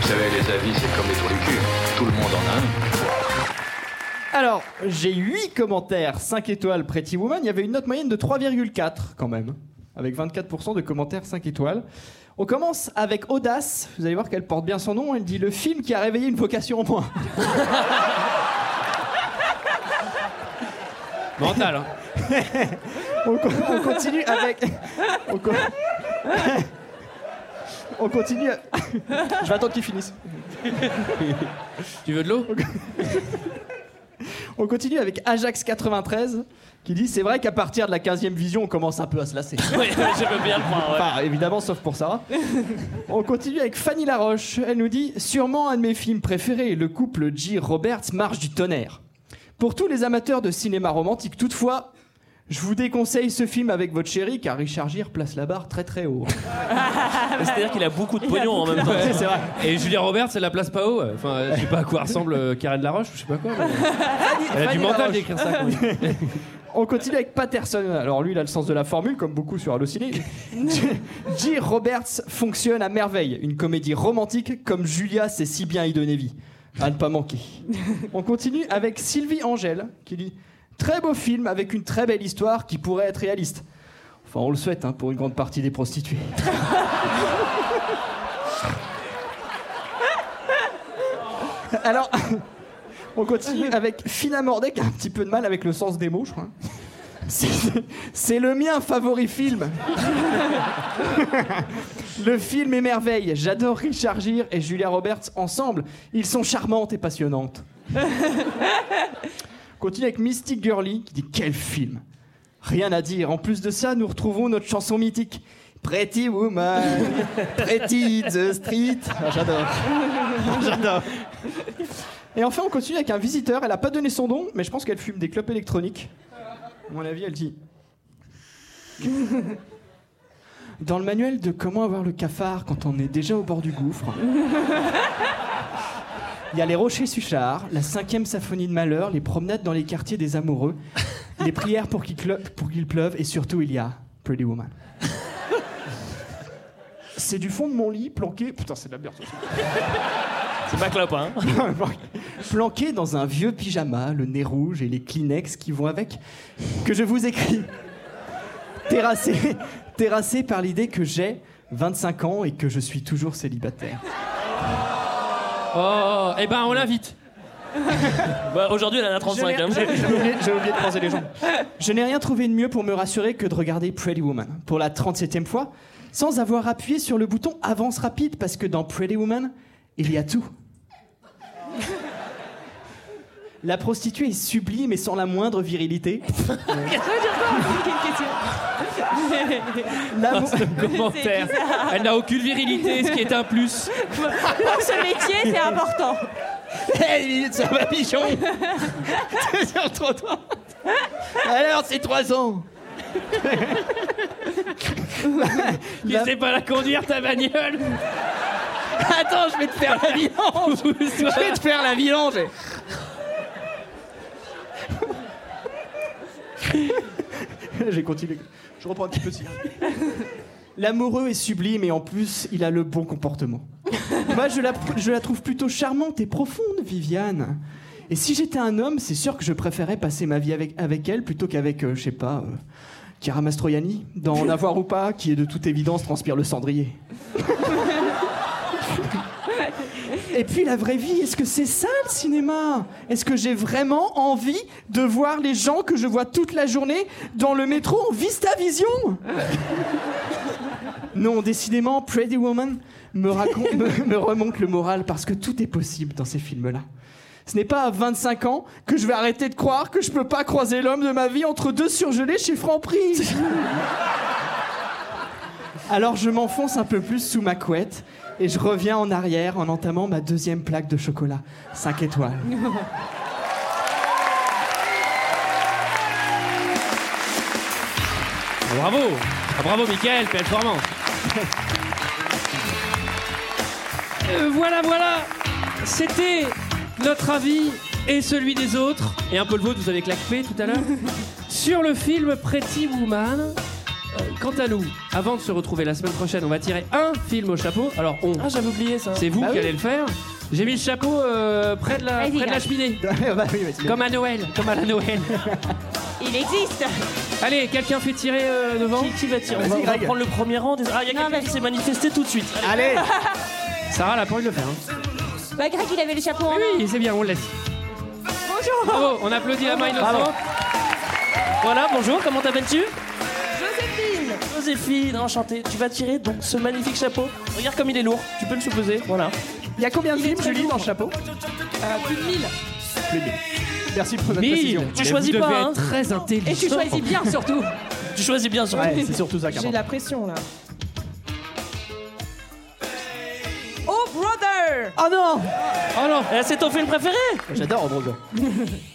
Vous savez, les avis, c'est comme les trous du cul, tout le monde en a un. Alors, j'ai 8 commentaires, 5 étoiles Pretty Woman. Il y avait une note moyenne de 3,4 quand même, avec 24% de commentaires 5 étoiles. On commence avec Audace. Vous allez voir qu'elle porte bien son nom. Elle dit le film qui a réveillé une vocation en moi. Mental. hein. on, co- on continue avec. On, co- on continue. Je vais attendre qu'ils finissent. tu veux de l'eau On continue avec Ajax 93 qui dit c'est vrai qu'à partir de la 15e vision on commence un peu à se lasser. Ouais, je peux bien le prendre, ouais. Enfin, évidemment sauf pour Sarah. on continue avec Fanny Laroche. Elle nous dit sûrement un de mes films préférés, le couple G. Roberts marche du tonnerre. Pour tous les amateurs de cinéma romantique, toutefois, je vous déconseille ce film avec votre chérie car Richard Gere place la barre très très haut. C'est-à-dire qu'il a beaucoup de pognon en même temps. Ouais, c'est vrai. Et Julia Roberts, elle la place pas haut. Enfin, euh, je sais pas à quoi ressemble euh, Karen Laroche, je sais pas quoi. mais- Elle a du Fanny mental Laroche. d'écrire ça. quand même. On continue avec Patterson. Alors lui, il a le sens de la formule, comme beaucoup sur Allociné. G. Roberts fonctionne à merveille. Une comédie romantique comme Julia sait si bien y donner vie. À ne pas manquer. On continue avec Sylvie Angèle, qui dit Très beau film avec une très belle histoire qui pourrait être réaliste. Enfin, on le souhaite hein, pour une grande partie des prostituées. Alors, on continue avec Fina Mordet qui a un petit peu de mal avec le sens des mots, je crois. C'est- C'est le mien favori film. le film est merveille. J'adore Richard Gere et Julia Roberts ensemble. Ils sont charmantes et passionnantes. On Continue avec Mystic Girly qui dit quel film. Rien à dire. En plus de ça, nous retrouvons notre chanson mythique. Pretty Woman, Pretty in the Street. Ah, J'adore. J'adore. Et enfin, on continue avec un visiteur. Elle a pas donné son nom, mais je pense qu'elle fume des clopes électroniques. À mon avis, elle dit. Dans le manuel de comment avoir le cafard quand on est déjà au bord du gouffre, il y a les rochers Suchard, la cinquième symphonie de malheur, les promenades dans les quartiers des amoureux, les prières pour qu'il, clo- pour qu'il pleuve, et surtout il y a Pretty Woman. C'est du fond de mon lit, planqué. Putain, c'est de la merde. ça. C'est pas clope, hein. planqué dans un vieux pyjama, le nez rouge et les Kleenex qui vont avec, que je vous écris. Terrassé, terrassé par l'idée que j'ai 25 ans et que je suis toujours célibataire. Oh, eh ben, on l'invite. Bah, Aujourd'hui, elle en a 35. J'ai hein. oublié, j'ai oublié- j'ai oublié de croiser les jambes. Je n'ai rien trouvé de mieux pour me rassurer que de regarder Pretty Woman pour la 37e fois, sans avoir appuyé sur le bouton avance rapide, parce que dans Pretty Woman, il y a tout. La prostituée est sublime et sans la moindre virilité. L'amour- Commentaire. Elle n'a aucune virilité, ce qui est un plus. Pour ce métier, c'est important. Hey, ça va, bichon T'es sur le trottoir Alors, c'est 3 ans Tu sais pas la conduire, ta bagnole Attends, je vais te faire la vidange Je vais te faire la vidange J'ai continué. Je reprends un petit peu de cire. L'amoureux est sublime et en plus, il a le bon comportement. Moi, je la, je la trouve plutôt charmante et profonde, Viviane. Et si j'étais un homme, c'est sûr que je préférais passer ma vie avec, avec elle plutôt qu'avec, euh, je sais pas, euh, Chiara Mastroianni, dans En avoir ou pas, qui est de toute évidence transpire le cendrier. Et puis la vraie vie, est-ce que c'est ça le cinéma Est-ce que j'ai vraiment envie de voir les gens que je vois toute la journée dans le métro en Vista Vision Non, décidément, Pretty Woman me, raconte- me- me remonte le moral parce que tout est possible dans ces films-là. Ce n'est pas à 25 ans que je vais arrêter de croire que je peux pas croiser l'homme de ma vie entre deux surgelés chez Franprix. Alors je m'enfonce un peu plus sous ma couette et je reviens en arrière en entamant ma deuxième plaque de chocolat. 5 étoiles. Bravo Ah, Bravo Mickaël, performance Euh, Voilà, voilà C'était notre avis et celui des autres, et un peu le vôtre, vous avez claqué tout à l'heure, sur le film Pretty Woman. Euh, Quant à nous, avant de se retrouver la semaine prochaine, on va tirer un film au chapeau. Alors on, Ah, j'avais oublié ça. c'est vous Bah qui oui. allez le faire. J'ai mis le chapeau euh, près de la, près de la cheminée. Bah Comme à Noël, comme à la Noël. Il existe Allez, quelqu'un fait tirer euh, devant Qui, qui va tirer on va, Vas-y, on va Greg. prendre le premier rang. Des... Ah, il y a quelqu'un qui s'est manifesté tout de suite. Allez Sarah, elle a pas envie de le faire. hein. Bah, Greg, il avait le chapeau en Oh main. Oui, c'est bien, on le laisse. Bonjour Bravo, on applaudit la main Bravo. innocente. Voilà, bonjour, comment t'appelles-tu Joséphine Joséphine, enchantée. Tu vas tirer donc ce magnifique chapeau. Regarde comme il est lourd, tu peux le souposer, voilà. Il y a combien de films, Julie, dans le chapeau plus de 1000. Plus de mille. Merci pour votre Mille. précision. Tu Mais choisis vous devez pas, être hein. très intelligent. Et tu choisis bien surtout. Tu choisis bien sûr. Ouais, c'est surtout ça qui J'ai importe. la pression là. Oh brother Oh non Oh non Eh, c'est ton film préféré J'adore Brogo.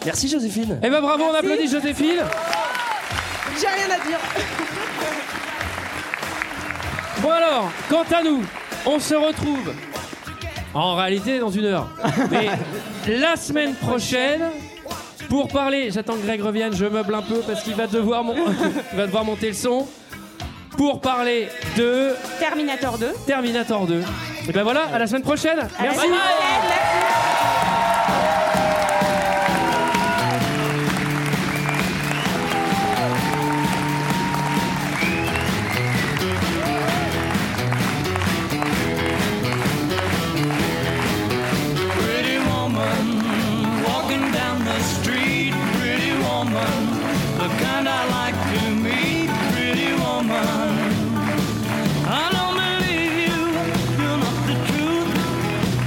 Merci Joséphine. Eh ben bravo, on applaudit Joséphine. J'ai rien à dire. Bon alors, quant à nous, on se retrouve en réalité dans une heure. Mais la semaine prochaine, pour parler, j'attends que Greg revienne, je meuble un peu parce qu'il va, devoir mon- il va devoir monter le son. Pour parler de Terminator 2. Terminator 2. Et ben voilà, à la semaine prochaine. Merci. Pretty woman, walking down the street. Pretty woman, the kind I like to meet. Pretty woman, I don't believe you. You're not the truth.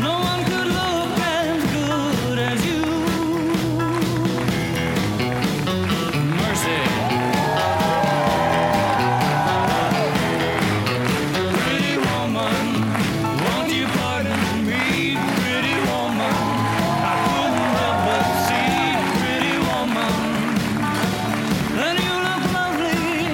No one could look as good as you. Mercy. Pretty woman, won't you pardon me? Pretty woman, I couldn't help but see. Pretty woman, and you look lovely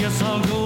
guess I'll go